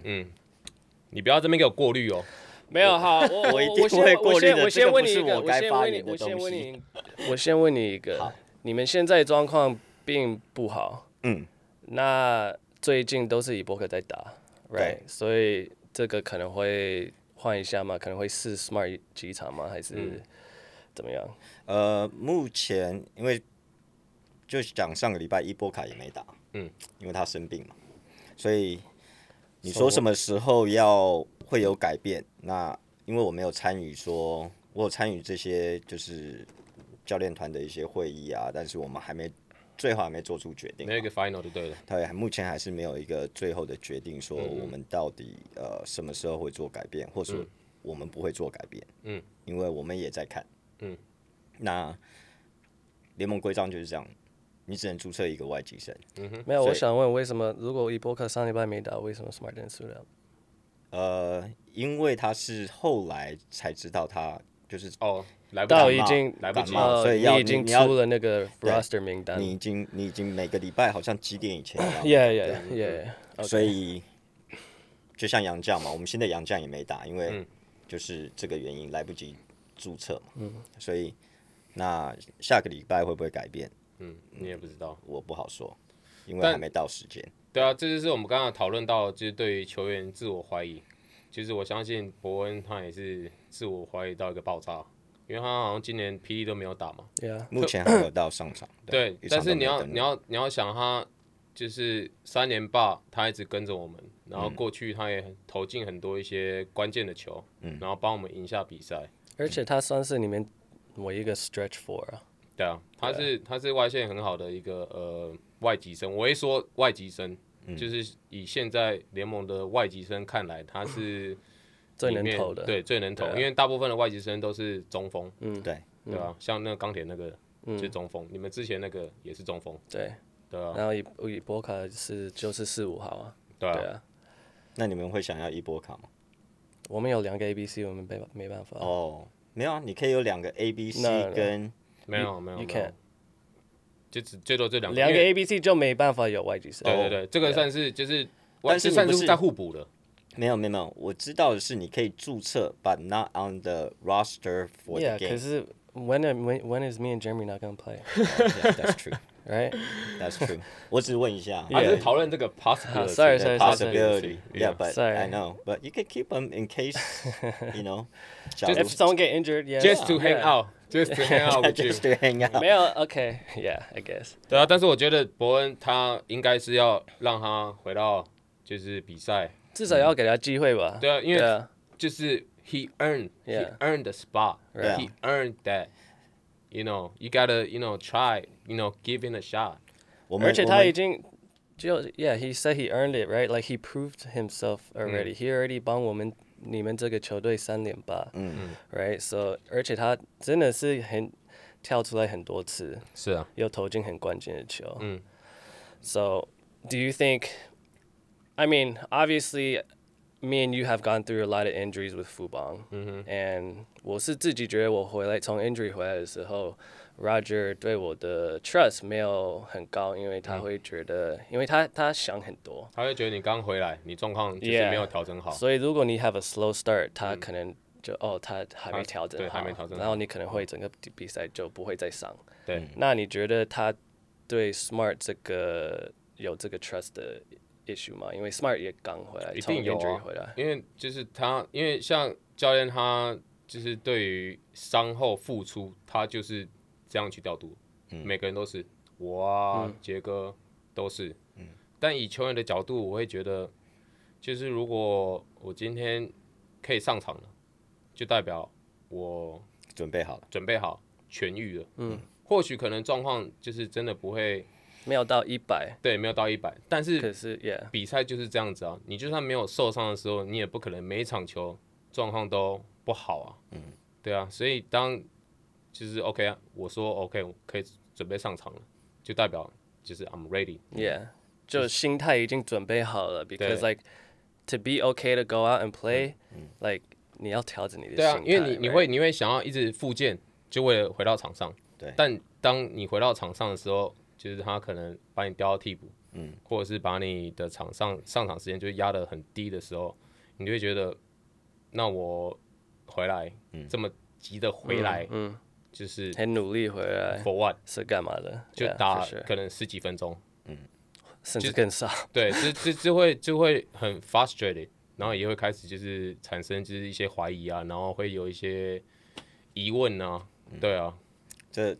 S3: 你不要这边给我过滤哦。
S1: 没有哈， 我
S2: 我一定
S1: 我先
S2: 会
S1: 我
S2: 过滤
S1: 先我
S2: 的这
S1: 先
S2: 个
S1: 问
S2: 不
S1: 你
S2: 是
S1: 一个，
S2: 我
S1: 我
S2: 该
S1: 先
S2: 发
S1: 问
S2: 你
S1: 你，
S2: 的
S1: 我先
S2: 东
S1: 问
S2: 西
S1: 你，我先问你一个，你们现在状况并不好，
S2: 嗯，
S1: 那最近都是以博客在打
S2: 对
S1: ，right？所以这个可能会换一下吗？可能会试 Smart 几场吗？还
S2: 嗯
S1: 是怎么样？
S2: 呃，目前因为就讲上个礼拜伊波卡也没打，
S3: 嗯，
S2: 因为他生病嘛，所以你说什么时候要会有改变？那因为我没有参与说，我有参与这些就是教练团的一些会议啊，但是我们还没最后还没做出决定
S3: 没有一，个 final 就对了。
S2: 他也目前还是没有一个最后的决定，
S1: 嗯
S2: 说我们到底呃什么时候会做改变，或者说我们不会做改变。
S3: 嗯，
S2: 因为我们也在看。
S3: 嗯，
S2: 那联盟规章就是这样，你只能注册一个外籍生。
S1: 没有，
S2: 嗯所
S1: 我
S2: 以
S1: 想问为什么如果伊波克上礼拜没打，为什么 Smart 能输了？
S2: 呃，因为他是后来才知道他就是
S3: 哦，来不及
S1: 到
S3: 了
S1: 已经
S3: 来不及
S2: 感冒
S3: 了。
S1: 呃
S2: 所以要
S1: 你已经
S2: 你要
S1: 出了那个
S2: 对
S1: roster 名单。
S2: 你已经你已经每个礼拜好像几点以前要
S1: Yeah, yeah,
S2: 嗯
S1: yeah.
S2: 所以就像杨绛嘛，我们现在杨绛也没打，因
S3: 嗯
S2: 为就是这个原因来不及注册嘛。嗯，所以那下个礼拜会不会改变，
S3: 嗯，你也不知道。
S2: 我不好说，因为
S3: 但
S2: 还没到时间。
S3: 对啊，这就是我们刚刚讨论到，就是对于球员自我怀疑。其实我相信伯恩他也是自我怀疑到一个爆炸，因为他好像今年 P E 都没有打嘛。
S1: Yeah.
S2: 目前还没有到上场。
S3: 对，
S2: 一
S3: 但
S2: 场都
S3: 是你
S2: 没有
S3: 要
S2: 登
S3: 你要你要想他就是三连霸，他一直跟着我们，然
S2: 嗯
S3: 后过去他也很投进很多一些关键的球，
S2: 嗯
S3: 然后帮我们赢下比赛。
S1: 而且他算是你们我一个 stretch four 啊。
S3: 对啊，他是他是外线很好的一个呃外籍生，我会说外籍生，
S2: 嗯
S3: 就是以现在联盟的外籍生看来，他 是
S1: 最能
S3: 里面
S1: 投的
S3: 对，最能投，
S1: 对啊嗯
S3: 因为大部分的外籍生都是中锋，
S2: 对，
S3: 对吧、像那个钢铁那个就是中锋，你们之前那个也是中锋，
S1: 对，
S3: 对啊，
S1: 然后以以博卡是就是四五号啊。
S3: 对
S1: 对
S3: 啊，
S1: 啊，
S2: 那你们会想要伊波卡吗？
S1: 我们有两个 ABC，我们没办没办法。
S2: 哦，没有啊，你可以有两个 A、B、C
S1: No, no.
S2: 跟
S3: 没有没有
S1: you
S3: 没有
S1: can't，
S3: 就只最多这两个，
S1: 两个哦
S3: 因为
S1: ABC 就没办法有外籍生。
S3: 对对对，这
S1: 啊
S3: 个算是就是，
S2: 但是
S3: 这
S2: 你
S3: 算
S2: 不
S3: 是
S2: 是
S3: 在互补的，
S2: 没有没有没有，我知道的是你可以注册，but not on the roster for the
S1: Yeah，可
S2: game。
S1: 是 when am- when when is me and Jeremy not gonna play？
S2: Yeah, that's true.
S1: right?
S2: That's true. 我只问一下。
S3: 还
S1: Yeah.
S3: 啊是讨论这个 possibility。
S1: sorry, sorry,
S2: The possibility.
S3: Yeah.
S2: Yeah, but
S1: Sorry.
S2: I know. But you can keep them in case, you know. 假如
S1: If someone get injured, yeah.
S3: Just to hang
S1: yeah.
S3: out, just to hang out with you
S2: just。to hang out.
S1: 没有，OK, yeah, I guess.
S3: 对啊，但是我觉得伯恩他应该是要让他回到就是比赛，
S1: 至少要给他机会吧。
S3: 对啊因为
S1: 啊
S3: 就是 he earned he
S1: Yeah.
S3: earned the spot,
S1: Right.
S3: he earned that. You know, you gotta, you know, try, you know, give him a shot.
S2: 我们
S1: 而且
S2: 我
S1: 他
S2: 们
S1: 已经就 yeah he said he earned it right like he proved himself already、he already 帮我们你们这个球队三连霸，嗯，right so 而且他真的是很跳出来很多次，
S3: 是啊，
S1: 又投进很关键的球，
S3: 嗯
S1: So, do you think? I mean, obviously, me and you have gone through a lot of injuries with Fubang, and 我是自己觉得我回来从 injury 回来的时候，Roger 对我的 trust 没有很高，因为他会觉得，因为他他想很多。
S3: 他会觉得你刚回来，你状况就是
S1: Yeah
S3: 没有调整好。
S1: 所以如果你 have a slow start，他可能就、哦，他还
S3: 他
S1: 没调整
S3: 对还没调整好
S1: 然后你可能会整个比赛就不会再上。
S3: 对，
S1: 那你觉得他对 Smart 这个有这个 trust 的 issue 吗？因为 Smart 也刚回来，
S3: 一
S1: 从
S3: 定有
S1: injury
S3: 啊
S1: 回来，
S3: 因为就是他，因为像教练他就是对于伤后复出，他就是这样去调度，
S1: 嗯
S3: 每个人都是，我啊，杰哥都是，
S1: 嗯
S3: 但以球员的角度，我会觉得，就是如果我今天可以上场了，就代表我
S2: 准备好了。
S3: 准备好痊愈了，嗯，或许可能状况就是真的不会，
S1: 没有到一百，
S3: 对，没有到一百，但是
S1: 可是 yeah
S3: 比赛就是这样子啊，你就算没有受伤的时候，你也不可能每一场球状况都不好啊。嗯，对啊，所以当就是 OK 啊，我说 OK，我可以准备上场了，就代表就是 I'm ready。
S1: yeah，就心态已经准备好了
S3: 嗯对嗯
S1: ，because like to be okay to go out and play，like、你要调整你的心
S3: 对啊
S1: 态，，
S3: 因为你你
S1: right？
S3: 会你会想要一直复健，就为了回到场上。
S2: 对
S3: 但当你回到场上的时候，就是他可能把你调到替补，嗯，或者是把你的场上上场时间就压得很低的时候，你就会觉得，那我回来，
S1: 嗯
S3: 这么急的回来，嗯，就是
S1: 很努力回来
S3: for what
S1: 是干嘛的？
S3: 就
S1: Yeah，
S3: 打
S1: 啊 for sure
S3: 可能十几分钟，
S1: 甚
S3: 就
S1: 至更少。
S3: 对，这这这会就会很 frustrated，然后也会开始就是产生就是一些怀疑啊，然后会有一些疑问啊，
S1: 嗯
S3: 对啊，
S2: 这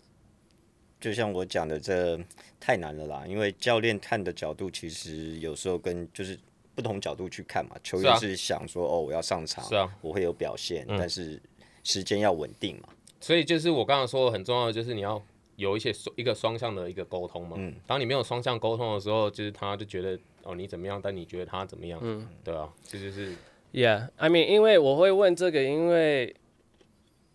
S2: 就像我讲的，这太难了啦，因为教练看的角度其实有时候跟就是不同角度去看嘛。球
S3: 是啊
S2: 员是想说，哦，我要上场，
S3: 是啊
S2: 我会有表现，但是时间要稳定嘛。
S3: 所以就是我刚刚说的很重要的就是你要有一些双一个双向的一个沟通嘛，当你没有双向沟通的时候，就是他就觉得哦你怎么样，但你觉得他怎么样，对啊，这就是
S1: Yeah, I mean，因为我会问这个，因为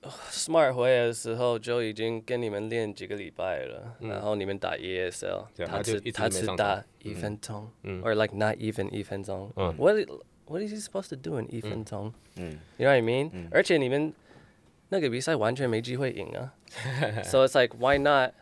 S1: 呃 Smart 回来的时候就已经跟你们练几个礼拜了，然后你们打 ESL，他
S3: 对啊他就
S1: 只
S3: 一直
S1: 他
S3: 没
S1: 只
S3: 上
S1: 打一分钟，
S3: 嗯
S1: or like not even 一分钟。
S3: 嗯
S1: What i- What is he supposed to do in 一分钟？
S2: 嗯
S1: ，You know what I mean？、而且你们那个比赛完全没机会赢 啊，So it's like why not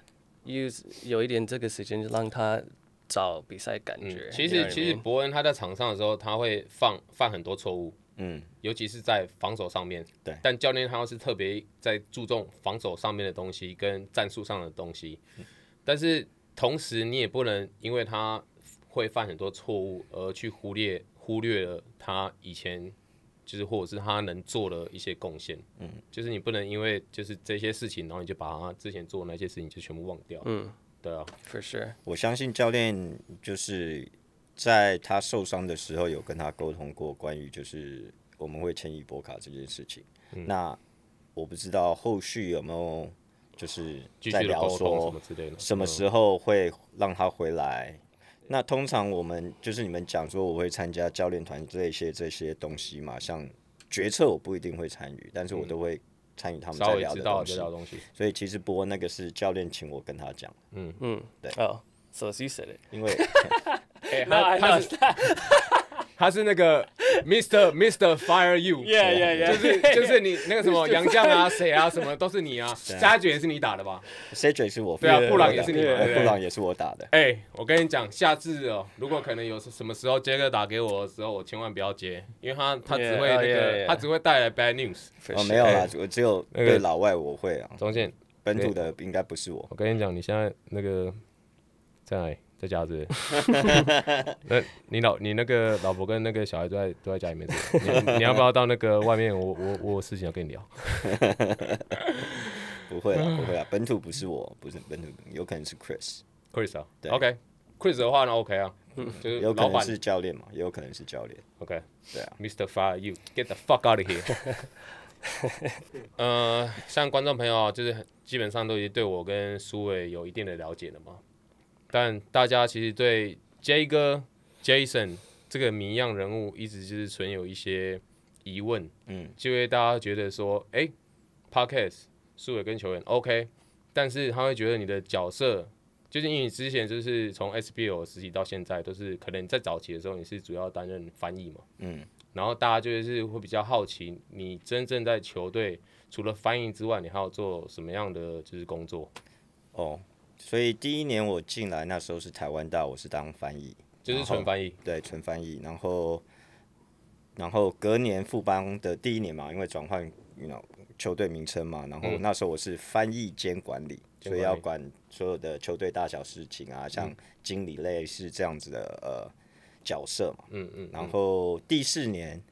S1: use 有一点这个时间就让他找比赛感
S3: 嗯
S1: 觉。
S3: 其
S1: you know
S3: 实
S1: what I
S3: 其实
S1: mean？
S3: 伯恩他在场上的时候，他会犯犯很多错误，
S2: 嗯，
S3: 尤其是在防守上面。
S2: 对
S3: 但教练他要是特别在注重防守上面的东西跟战术上的东西，
S2: 嗯
S3: 但是同时你也不能因为他会犯很多错误而去忽略忽略了他以前就是或者是他能做的一些贡献。嗯，就是你不能因为就是这些事情，然后你就把他之前做的那些事情就全部忘掉。嗯，对啊，
S1: For sure，
S2: 我相信教练就是在他受伤的时候有跟他沟通过关于就是我们会迁移博卡这件事情。
S3: 嗯
S2: 那我不知道后续有没有就是
S3: 继
S2: 在
S3: 续的
S2: 聊
S3: 沟通什
S2: 说
S3: 么之类的。
S2: 什么
S3: 嗯
S2: 时候会让他回来。那通常我们就是你们讲说我会参加教练团这一些这些东西嘛，像决策我不一定会参与，但是我都会参与他们
S3: 嗯稍
S2: 在
S3: 微
S2: 聊
S3: 知
S2: 的
S3: 道
S2: 东
S3: 这
S2: 西。
S3: 聊东西，
S2: 所以其实波那个是教练请我跟他讲，
S1: 嗯，
S2: 对
S1: 哦、s o you said it。
S2: 因 为
S3: 哎，
S1: No, I know
S3: 他他是 他是那个 Mr Mr Fire You，
S1: Yeah, yeah, yeah.
S3: 就是就是你那个什么杨绛啊，谁啊，什么都是 你啊，家爵也是你打的吧？
S2: Cedric 是我负
S3: 对啊
S2: 责
S3: 布朗
S2: 的
S3: 也是你
S2: 对
S3: 嘛对不对
S2: 布朗也是我打的。
S3: 哎，我跟你讲，下次哦，如果可能有什么时候杰哥打给我的时候，我千万不要接，因为他他只
S1: Yeah,
S3: 会那
S1: yeah,
S3: 个
S1: yeah.
S3: 他只会带来 bad news。
S1: For sure
S2: 哦，没有啦，我只有
S3: 哎那个
S2: 对老外我会啊，
S3: 钟健，
S2: 本土的应该不是我。
S3: 我跟你讲，你现在那个在哪里？在家 是不是？那你老你那个老婆跟那个小孩都在都在家里面是不是你你要不要到那个外面？我我我有事情要跟你聊。
S2: 不会啦，不会啦，本土不是我，不是本土，有可能是 Chris，
S3: Chris 啊
S2: 对
S3: ，OK，Chris 的话呢 OK 啊，就是
S2: 有可
S3: 老
S2: 能
S3: 板
S2: 是教练嘛，也有可能是教练。
S3: OK，
S2: 对啊
S3: ，Mr. Fire you get the fuck out of here。呃，像观众朋友啊就是很基本上都已经对我跟苏伟有一定的了解了嘛，但大家其实对 J 哥 Jason 这个谜样人物一直就是存有一些疑问，
S2: 嗯，
S3: 就会大家觉得说，哎、p o d c a s t 苏伟跟球员 OK，但是他会觉得你的角色，就是因为你之前就是从 SBL 实习到现在，都是可能在早期的时候你是主要担任翻译嘛，
S2: 嗯，
S3: 然后大家就是会比较好奇，你真正在球队除了翻译之外，你还要做什么样的就是工作？
S2: 哦，所以第一年我进来那时候是台湾大，我是当翻译，
S3: 就是纯翻译，
S2: 对，纯翻译。然后，然后隔年富邦的第一年嘛，因为转换，you know，球队名称嘛，然后那时候我是翻译兼管理，
S3: 兼
S2: 所以
S3: 嗯管
S2: 要
S3: 理嗯
S2: 管所有的球队大小事情啊，像经理类是这样子的呃角色嘛。
S3: 嗯嗯，
S2: 然后第四年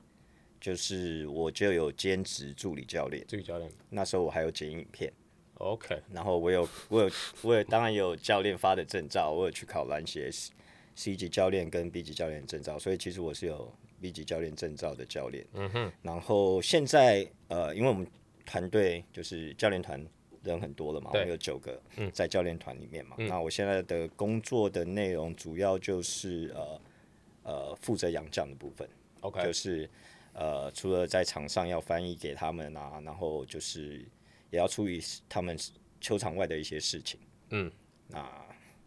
S2: 就是我就有兼职助理教练，
S3: 这个教练
S2: 那时候我还有剪影片。
S3: OK，
S2: 然后我有我有我有当然有教练发的证照，我有去考篮协 C- C 级教练跟 B 级教练证照，所以其实我是有 B 级教练证照的教练。嗯哼。然后现在呃，因为我们团队就是教练团人很多了嘛，我
S3: 对
S2: 们有九个在教练团里面嘛。那我现在的工作的内容主要就是呃呃负责养将的部分。
S3: OK
S2: 就是呃，除了在场上要翻译给他们啊，然后就是也要处理他们球场外的一些事情。
S3: 嗯，
S2: 那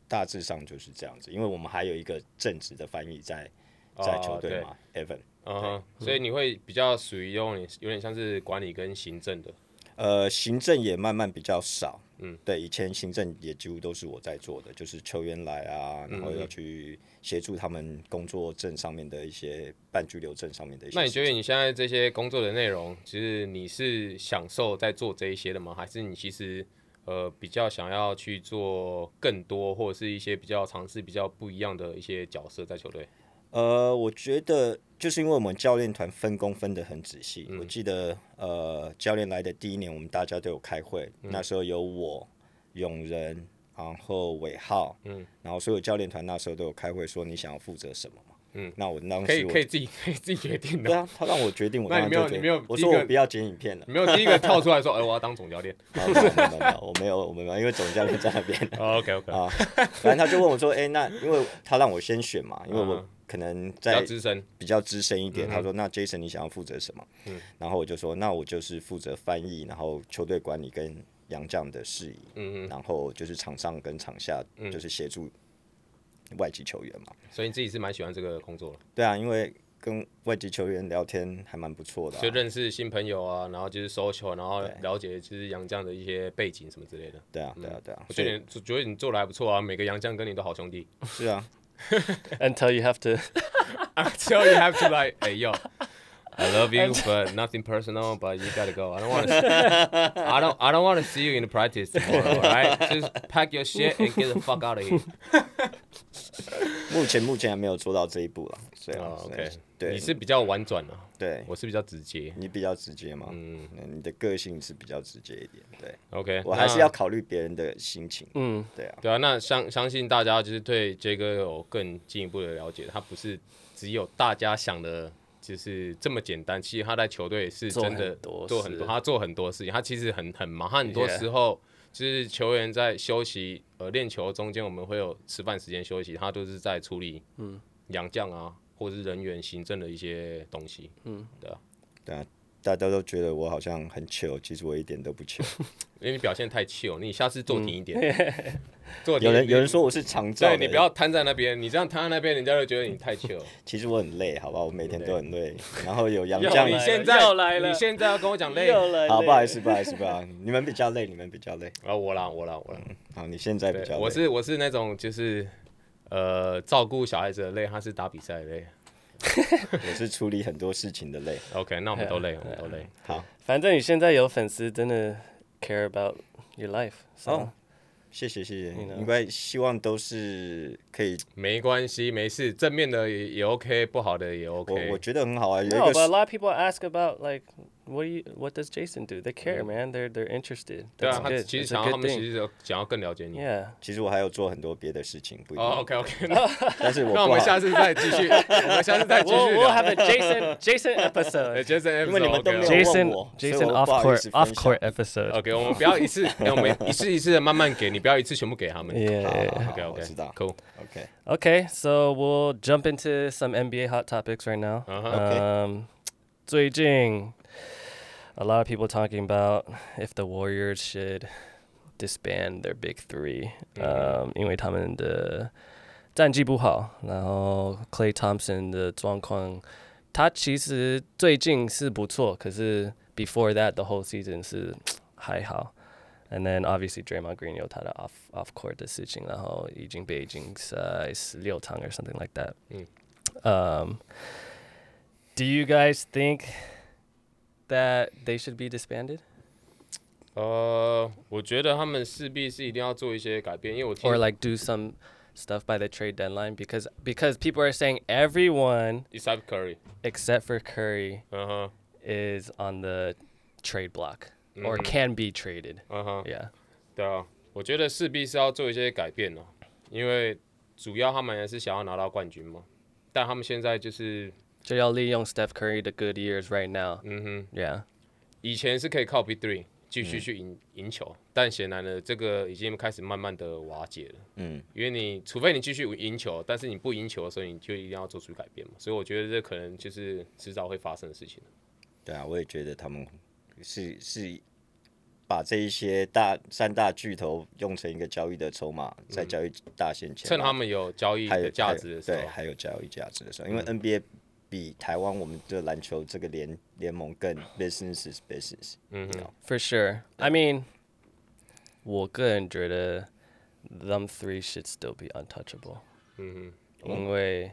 S2: 大致上就是这样子，因为我们还有一个正职的翻译在
S3: 哦
S2: 在球队嘛、e v a n
S3: 嗯哼，所以你会比较属于用你有点像是管理跟行政的，
S2: 呃，行政也慢慢比较少。
S3: 嗯，
S2: 对，以前行政也几乎都是我在做的，就是球员来啊，然
S3: 嗯
S2: 后要去协助他们工作证上面的一些办居留证上面的一些事情。
S3: 那你觉得你现在这些工作的内容，其实你是享受在做这一些的吗？还是你其实呃比较想要去做更多，或者是一些比较尝试比较不一样的一些角色在球队？
S2: 呃，我觉得就是因为我们教练团分工分得很仔细。
S3: 嗯
S2: 我记得呃，教练来的第一年，我们大家都有开会，
S3: 嗯
S2: 那时候有我、永仁，然后伟浩，嗯，然后所有教练团那时候都有开会说你想要负责什么嘛。嗯，那我当时
S3: 可以
S2: 我
S3: 可以自己可以自己决定
S2: 对
S3: 的。
S2: 啊，他让我决定，我
S3: 那
S2: 当然
S3: 你没有
S2: 就决
S3: 你没有
S2: 定。我
S3: 第一
S2: 说
S3: 个，
S2: 我不要剪影片了
S3: 没有第一个跳出来说，哎、我要当总教练。
S2: 啊没有没有没有，我没有我没有，因为总教练在那边。
S3: OK OK，、
S2: 啊，反正他就问我说：“哎、那因为他让我先选嘛，因为我
S3: 嗯
S2: 可能
S3: 比
S2: 在
S3: 较资深。
S2: 比较资深一
S3: 嗯
S2: 点，他说：“那 Jason 你想要负责什么？”然后我就说：“那我就是负责翻译，然后球队管理跟洋将的事宜，
S3: 嗯嗯，
S2: 然后就是场上跟场下就是协助外籍球员嘛。
S3: 所以你自己是蛮喜欢这个工作的，
S2: 对啊，因为跟外籍球员聊天还蛮不错的啊、
S3: 就认识新朋友啊，然后就是 social，然后
S2: 对
S3: 了解就是杨绛的一些背景什么之类的。
S2: 对啊，对啊，对啊，
S3: 嗯我觉
S2: 所
S3: 得
S2: 以
S3: 你觉得你做的还不错啊，每个杨绛跟你都好兄弟。
S2: 是啊，
S1: until you have to
S3: until you have to like, hey yo, I love you, but nothing personal. But you gotta go. I don't want to. I don't. I don't want to see you in the practice tomorrow. All right, just pack your shit and get the fuck out of here.
S2: 目前目前还没有做到这一步了，所以啊、
S3: 哦
S2: 所以
S3: OK，
S2: 对，
S3: 你是比较婉转啊，
S2: 对，
S3: 我是比较直接。
S2: 你比较直接嘛，嗯，你的个性是比较直接一点，对
S3: OK，
S2: 我还是
S3: 那
S2: 要考虑别人的心情，嗯，对啊。
S3: 对啊，那相相信大家就是对 J 哥有更进一步的了解，他不是只有大家想的，就是这么简单。其实他在球队是真的
S1: 做很多
S3: 做很
S1: 事
S3: 多，他做很多事情，他其实很很忙。他很多时候就是球员在休息呃练球中间，我们会有吃饭时间休息，他都是在处理嗯洋将啊，或者是人员行政的一些东西。嗯，对啊，
S2: 对啊，大家都觉得我好像很糗，其实我一点都不 糗。
S3: 因为你表现太 chill，你下次坐停一点，坐
S2: 嗯
S3: 停
S2: 有人
S3: 一点
S2: 有人说我是长照的欸
S3: 对你不要瘫在那边，你这样瘫在那边，人家就觉得你太 chill。
S2: 其实我很累，好吧，我每天都很累。然后有杨
S3: 要
S2: 绛
S1: 来
S3: 你
S1: 了
S3: 现在
S1: 又来了
S3: 你现在要跟我讲累
S1: 来
S2: 好，不好意思，不好意思，不好意思，你们比较累，你们比较累。
S3: 啊，我啦，我啦，我啦，
S2: 好，你现在比较
S3: 对，
S2: 累。
S3: 我是我是那种就是呃照顾小孩子的累，他是打比赛的累。
S2: 我是处理很多事情的累。
S3: OK，那我们都 累，我们都累。
S2: 好，
S1: 反正你现在有粉丝真的 care about your life，so、
S2: 哦谢谢谢谢，
S3: 嗯
S1: 你呢
S2: 应该希望都是可以，
S3: 没关系，没事，正面的也也 OK，不好的也
S2: 我
S3: OK
S2: 我。觉得很好啊，有一
S1: No,
S2: 个
S1: but a
S2: 是
S1: lot of people ask about like, what do you, what does Jason do? They care, man. They're they're interested.
S3: 对
S1: That's
S3: 啊，他
S1: good.
S3: 其实
S1: It's
S3: 想
S1: a
S3: 要他
S1: good
S3: 们其
S1: thing.
S3: 实有想要更了解你。
S1: Yeah.
S2: 其实我还有做很多别的事情，不一定，
S3: 哦，OK OK，
S2: 但是我
S3: 那我
S2: 不
S3: 们
S2: 好
S3: 下次再继续，我们下次再继
S1: We'll
S3: 续
S1: we'll have
S3: 聊。呃
S1: a Jason Jason episode.
S3: 杰森，
S2: 因为你们都没有
S1: Jason
S2: 问我所以
S1: Jason
S2: 我
S1: off
S2: 不好意
S1: court
S2: 思
S1: off
S2: 分享
S1: court episode.
S3: OK，我们不要一次，哎我们一次一次的慢慢给，你不要一次全部给他们。
S1: Yeah.
S3: OK
S2: 我
S3: OK，
S2: 知道
S3: Cool。
S2: OK，
S1: Okay, so we'll jump into some NBA hot topics right now.
S3: Uh-huh.
S2: Okay.
S1: Um, 最近 a lot of people talking about if the Warriors should disband their big three. Um, 因为他们的战绩不好，然后 Clay Thompson 的状况，他其实最近是不错，可是 before that the whole season 是还好。And then obviously Draymond Green 有他的 off off court 的事情，然后已经被禁赛十六场 or something like that.
S3: 嗯
S1: Um, do you guys think that they should be disbanded
S3: 呃，我觉得他们势必是一定要做一些改变，因为我听
S1: or like do some stuff by the trade deadline because because people are saying everyone
S3: Isaac Curry，
S1: except for Curry
S3: 嗯哼，
S1: is on the trade block or can be traded.
S3: 嗯哼，
S1: Yeah.
S3: 对啊，我觉得势必是要做一些改变了，哦因为主要他们还是想要拿到冠军嘛，但他们现在就是，
S1: 就要利用 Steph Curry 的 good years right now.
S3: 嗯哼，
S1: Yeah.
S3: 以前是可以靠 B three 继
S2: 嗯
S3: 续去赢赢球，但显然的这个已经开始慢慢的瓦解了。
S2: 嗯，
S3: 因为你除非你继续赢球，但是你不赢球的时候，你就一定要做出改变嘛。所以我觉得这可能就是迟早会发生的事情。
S2: 对啊，我也觉得他们是是把这一些大三大巨头用成一个交易的筹码，在
S1: 嗯
S2: 交易大限前，
S3: 趁他们有交易
S2: 还有
S3: 的价值的时
S2: 还有对，
S3: 候，
S2: 还有交易价值的时候，
S1: 嗯
S2: 因为 NBA 比台湾我们的篮球这个联联盟更 business is business，嗯
S1: For sure. I mean, 我个人觉得 them three should still be untouchable.
S3: 嗯
S1: 因为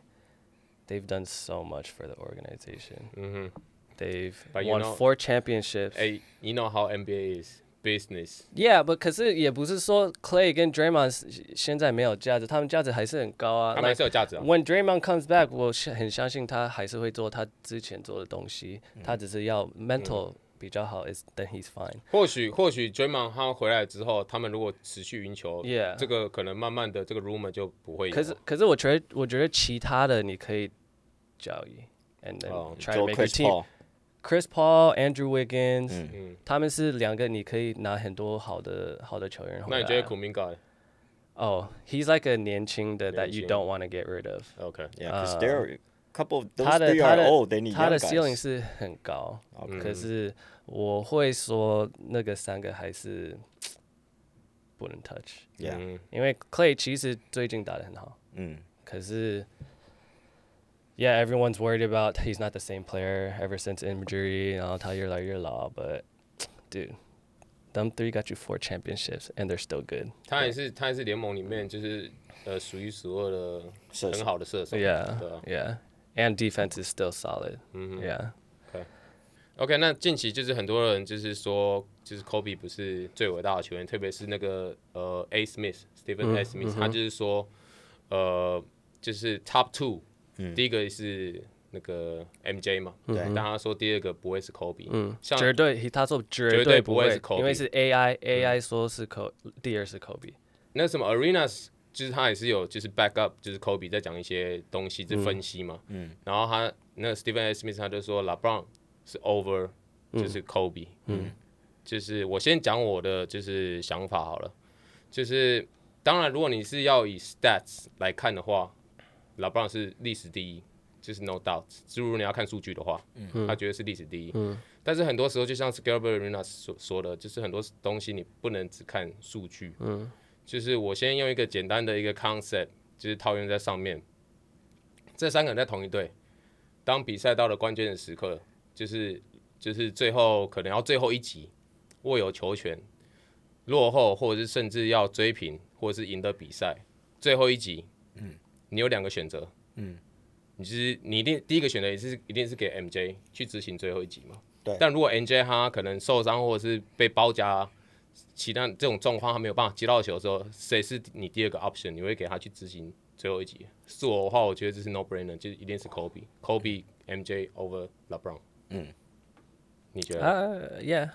S1: they've done so much for the organization.
S3: 哼，嗯哼。
S1: They've
S3: Mm-hmm. But you
S1: won
S3: know-
S1: four championships.
S3: 哎、y o u know how NBA is business，
S1: Yeah, but 可是也不是说 Clay 跟 Draymond 是-现在没有价值，他们价值还是很高啊。
S3: 他们还是有
S1: Like,
S3: 价值啊。
S1: when Draymond comes back, 我是很相信他还是会做他之前做的东西，他只是要 mental 比较好，is then he's fine.
S3: 或许或许 Draymond 他回来之后，他们如果持续赢球
S1: Yeah
S3: 这个可能慢慢的这个 rumor 就不会有了。
S1: 可是可是我觉得我觉得其他的你可以交易，and then
S3: 哦
S1: try to
S2: ，Joe
S1: make a
S2: Chris
S1: team.
S2: Paul，
S1: Chris Paul, Andrew Wiggins，、
S3: 嗯
S1: 他们是两个你可以拿很多好的好的球员回
S3: 那
S1: 来。
S3: 你觉得 Kuminga 呢
S1: 哦、h e s like a 年轻的 that
S3: 年
S1: you
S3: 轻
S1: don't want to get rid of。
S3: ？OK，
S2: Yeah，because there are a couple of
S1: 呃他
S2: those
S1: 的
S2: three
S1: 他
S2: are
S1: 的
S2: old，they need
S1: 他
S2: young
S1: 的 ceiling
S2: guys。
S1: 是很高可是我会说那个三个还是不能 touch，
S2: Yeah，
S3: 嗯
S1: 因为 Clay 其实最近打得很好。
S2: 嗯，
S1: Cause, uh, yeah, everyone's worried about he's not the same player ever since injury and all your law, your law. But, dude, them three got you four championships and they're still good.
S3: 他也是他也是联盟里面就是呃数一数二的
S2: 射手
S3: 很好的射手。
S1: Yeah,
S3: 对啊
S1: yeah, and defense is still solid. Yeah,
S3: OK，那近期就是很多人就是说，就是 Kobe 不是最伟大的球员，特别是那个呃 A Smith Stephen A Smith，、他就是说，呃，就是 Top Two，、第一个是那个 MJ 嘛，对，但他说第二个不会是 Kobe，嗯，像
S1: 绝对，he- 他说绝
S3: 绝
S1: 对
S3: 对
S1: 不
S3: 不会
S1: 会
S3: 是 Kobe
S1: 因为是 AI AI 说是 Kobe，第二是 Kobe。
S3: 那什么 Arenas，就是他也是有就是 back up，就是 Kobe 在讲一些东西，就分析嘛。嗯。然后他那 Stephen A. Smith 他就说 LeBron 是 over，就是 Kobe。嗯。就是我先讲我的就是想法好了，就是当然如果你是要以 stats 来看的话，LeBron 是历史第一。就是 no doubt，就如果你要看数据的话，他觉得是历史第一。但是很多时候，就像 s c a r b e r Arena 所说的，就是很多东西你不能只看数据。就是我先用一个简单的一个 concept，就是套用在上面。这三个人在同一队，当比赛到了关键的时刻，就是就是最后可能要最后一集握有球权，落后或者是甚至要追平，或者是赢得比赛，最后一集，你有两个选择，嗯，你就是你一定第一个选择也是一定是给 MJ 去执行最后一集嘛，
S2: 对
S3: 但如果 MJ 他可能受伤或者是被包夹其他这种状况他没有办法接到球的时候，谁是你第二个 option？你会给他去执行最后一集？是我的话，我觉得这是 no brainer，就是一定是 Kobe、Kobe、MJ over LeBron。嗯，你觉得？
S1: Uh, yeah.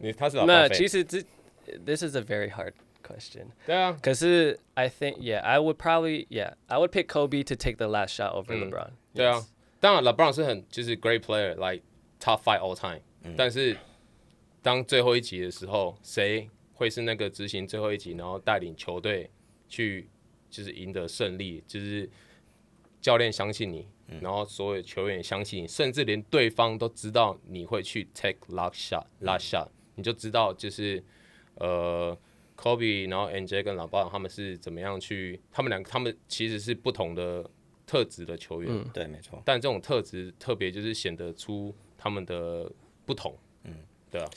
S3: 你他是老
S1: 那
S3: 咖啡
S1: 其实这 this is a very hard question.
S3: 对啊，
S1: 可是 I think yeah, I would probably yeah, I would pick Kobe to take the last shot over
S3: Mm.
S1: LeBron.
S3: 对啊，当然 LeBron 是很就是 great player，like top five all time，、但是当最后一集的时候，谁会是那个执行最后一集，然后带领球队去就是赢得胜利，就是教练相信你，然后所有球员也相信你，甚至连对方都知道你会去 take last shot last shot，、你就知道就是呃。Kobe，然后 NJ 跟老爸他们是怎么样去？他们两个他们其实是不同的特质的球员，
S2: 对，没错。
S3: 但这种特质特别就是显得出他们的不同。嗯，对啊，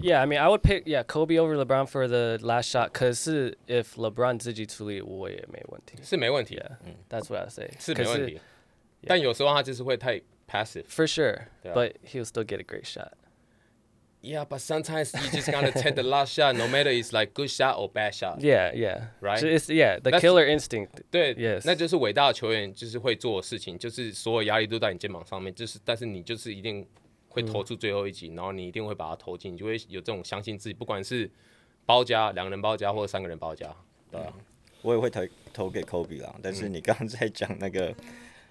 S1: Yeah, I mean, I would pick yeah Kobe over LeBron for the last shot. Cause if LeBron 自己处理，我也没问题。
S3: 是没问题
S1: Yeah, that's what I say.
S3: 是没问题。但有时候他就是会太 passive。
S1: For sure,
S3: Yeah.
S1: but he'll still get a great shot.
S3: Yeah, but sometimes you just gotta take the last shot, no matter it's like good shot or bad shot.
S1: Yeah, yeah.
S3: Right?
S1: So It's, yeah, the
S3: That's-
S1: killer instinct.
S3: 对
S1: Yes.
S3: 那就是伟大的球员就是会做的事情，就是所有压力都在你肩膀上面，就是但是你就是一定会
S1: 嗯
S3: 投出最后一集，然后你一定会把它投进，你就会有这种相信自己，不管是包夹两个人包夹或者三个人包夹，对啊，
S2: 我也会投投给 Kobe 啦，但是你刚刚在讲那个，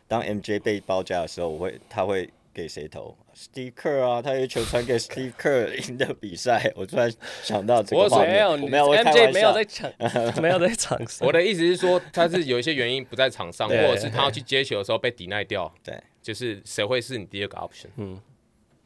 S2: 当 MJ 被包夹的时候，我会他会给谁投？Steve Kerr 啊，他有一球传 给 Steve Kerr 赢的比赛，我突然想到这个
S3: 我
S2: 画面，
S1: 没有，
S2: 我没有，哎我开玩
S1: MJ
S2: 笑
S1: 没有在场，没有在场上。
S3: 我的意思是说，他是有一些原因不在场上，或
S1: 对
S3: 者是他要去接球的时候被抵赖掉，
S2: 对
S3: 就是谁会是你第二个 option？嗯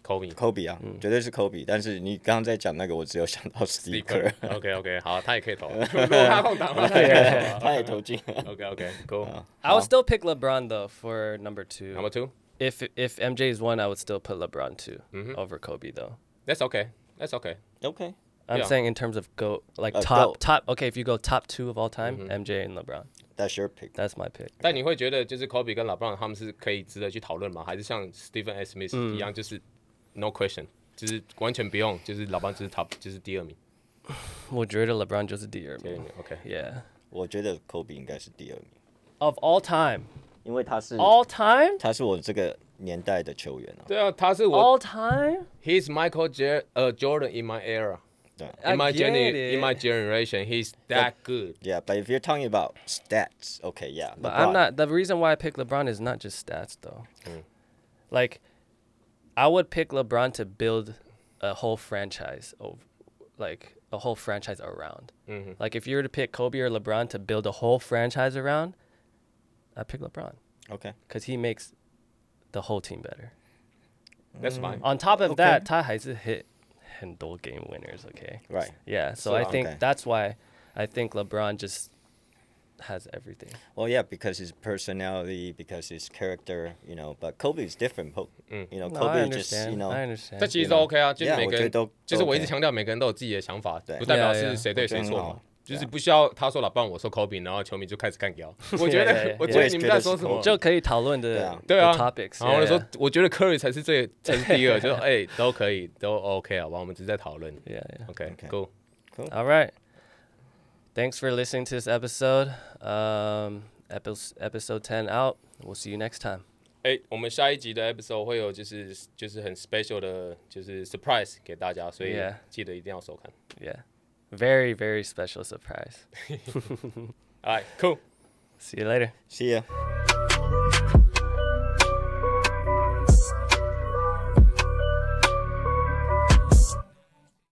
S3: ，Kobe。
S2: ，Kobe 啊，绝对是 Kobe，但是你刚刚在讲那个，我只有想到 Steve Kerr，
S3: OK OK，好，他也可以投，如果他空档，他也可 以
S2: 他也投进了。啊
S3: 投。OK OK Cool。
S1: I would still pick LeBron though for number two.
S3: Number two,
S1: If if MJ is one, I would still put LeBron 2
S3: Mm-hmm.
S1: over Kobe though.
S3: that's okay, that's okay.
S2: OK，
S1: I'm
S3: Yeah.
S1: saying in terms of go like
S2: Uh,
S1: top
S2: go.
S1: top. Okay, if you go top two of all time, MJ and LeBron.
S2: that's your pick。
S1: That's my pick.
S3: 但你会觉得就是 Kobe 跟 LeBron 他们是可以值得去讨论吗？还是像 Stephen S. Smith 一样，就是 no question，就是完全不用，就是老班就是 top，就是第二名，
S1: 我觉得 LeBron 就是第二名。
S3: 第二名。OK，
S1: Yeah.
S2: 我觉得 Kobe 应该是第二名，
S1: Of all time,
S2: 因为他是
S1: all time,
S2: 他是我这个年代的球员啊。
S3: 对啊，他是我
S1: all time.
S3: He's Michael J. 呃 Jordan in my era。
S2: 对
S1: I
S3: in my
S1: get
S3: gener- in my
S1: it.
S3: generation, he's that good.
S2: Yeah, but if you're talking about stats, okay, yeah.
S1: But I'm
S2: LeBron.
S1: not. The reason why I pick LeBron is not just stats, though. Like, I would pick LeBron to build a whole franchise of, like a whole franchise around. Like, if you were to pick Kobe or LeBron to build a whole franchise around, I pick LeBron
S2: Okay.
S1: because he makes the whole team better.
S3: That's fine.
S1: On top of
S2: Okay.
S1: that, Ty has hit handle game winners. Okay.
S2: Right.
S1: Yeah. So,
S3: So,
S1: I think
S2: okay.
S1: that's why I think LeBron just has everything.
S2: Well, yeah, because his personality, because his character, you know. But Kobe is different. Po- You know,
S1: Mm. No,
S2: Kobe
S1: I
S2: is just, you
S1: understand. I
S2: know.
S1: understand.
S3: 这其实都 OK 啊，就是
S2: Yeah，
S3: 每个
S2: 我觉得
S3: 人
S2: 都
S3: 就是我一
S2: 都 OK
S3: 直强调每个人都有自己的想法，
S2: 对
S3: 不代表
S1: Yeah，
S3: 是
S1: yeah
S3: 谁对谁
S2: 我
S3: 错
S2: 觉得很
S3: 嘛
S2: 好。
S3: 就是不需要他说老棒，我说 Kobe，然后球迷就开始 干掉。我
S1: Yeah，
S3: 觉得
S1: yeah，
S3: 我觉
S1: yeah
S3: 得你们在说什
S2: 我
S3: 么
S2: 也觉得是 Kobe？
S1: 就可以讨论
S2: 对
S1: 的
S2: 啊
S3: 对啊
S1: 的 topics。
S3: 然后我就说，我觉得 Curry 才是 最才是第二，就说哎都可以，都 OK 啊，好吧我们只是在讨论。
S1: ，Yeah, yeah.
S2: Okay
S3: OK，Go。
S1: All right. Thanks for listening to this episode. Um, episode episode ten out. We'll see you next time.
S3: 哎，我们下一集的 episode 会有就是就是很 special 的，就是 surprise 给大家，所以
S1: Yeah
S3: 记得一定要收看。
S1: Yeah, very very special surprise.
S3: All right，Cool。
S1: See you later.
S2: See ya.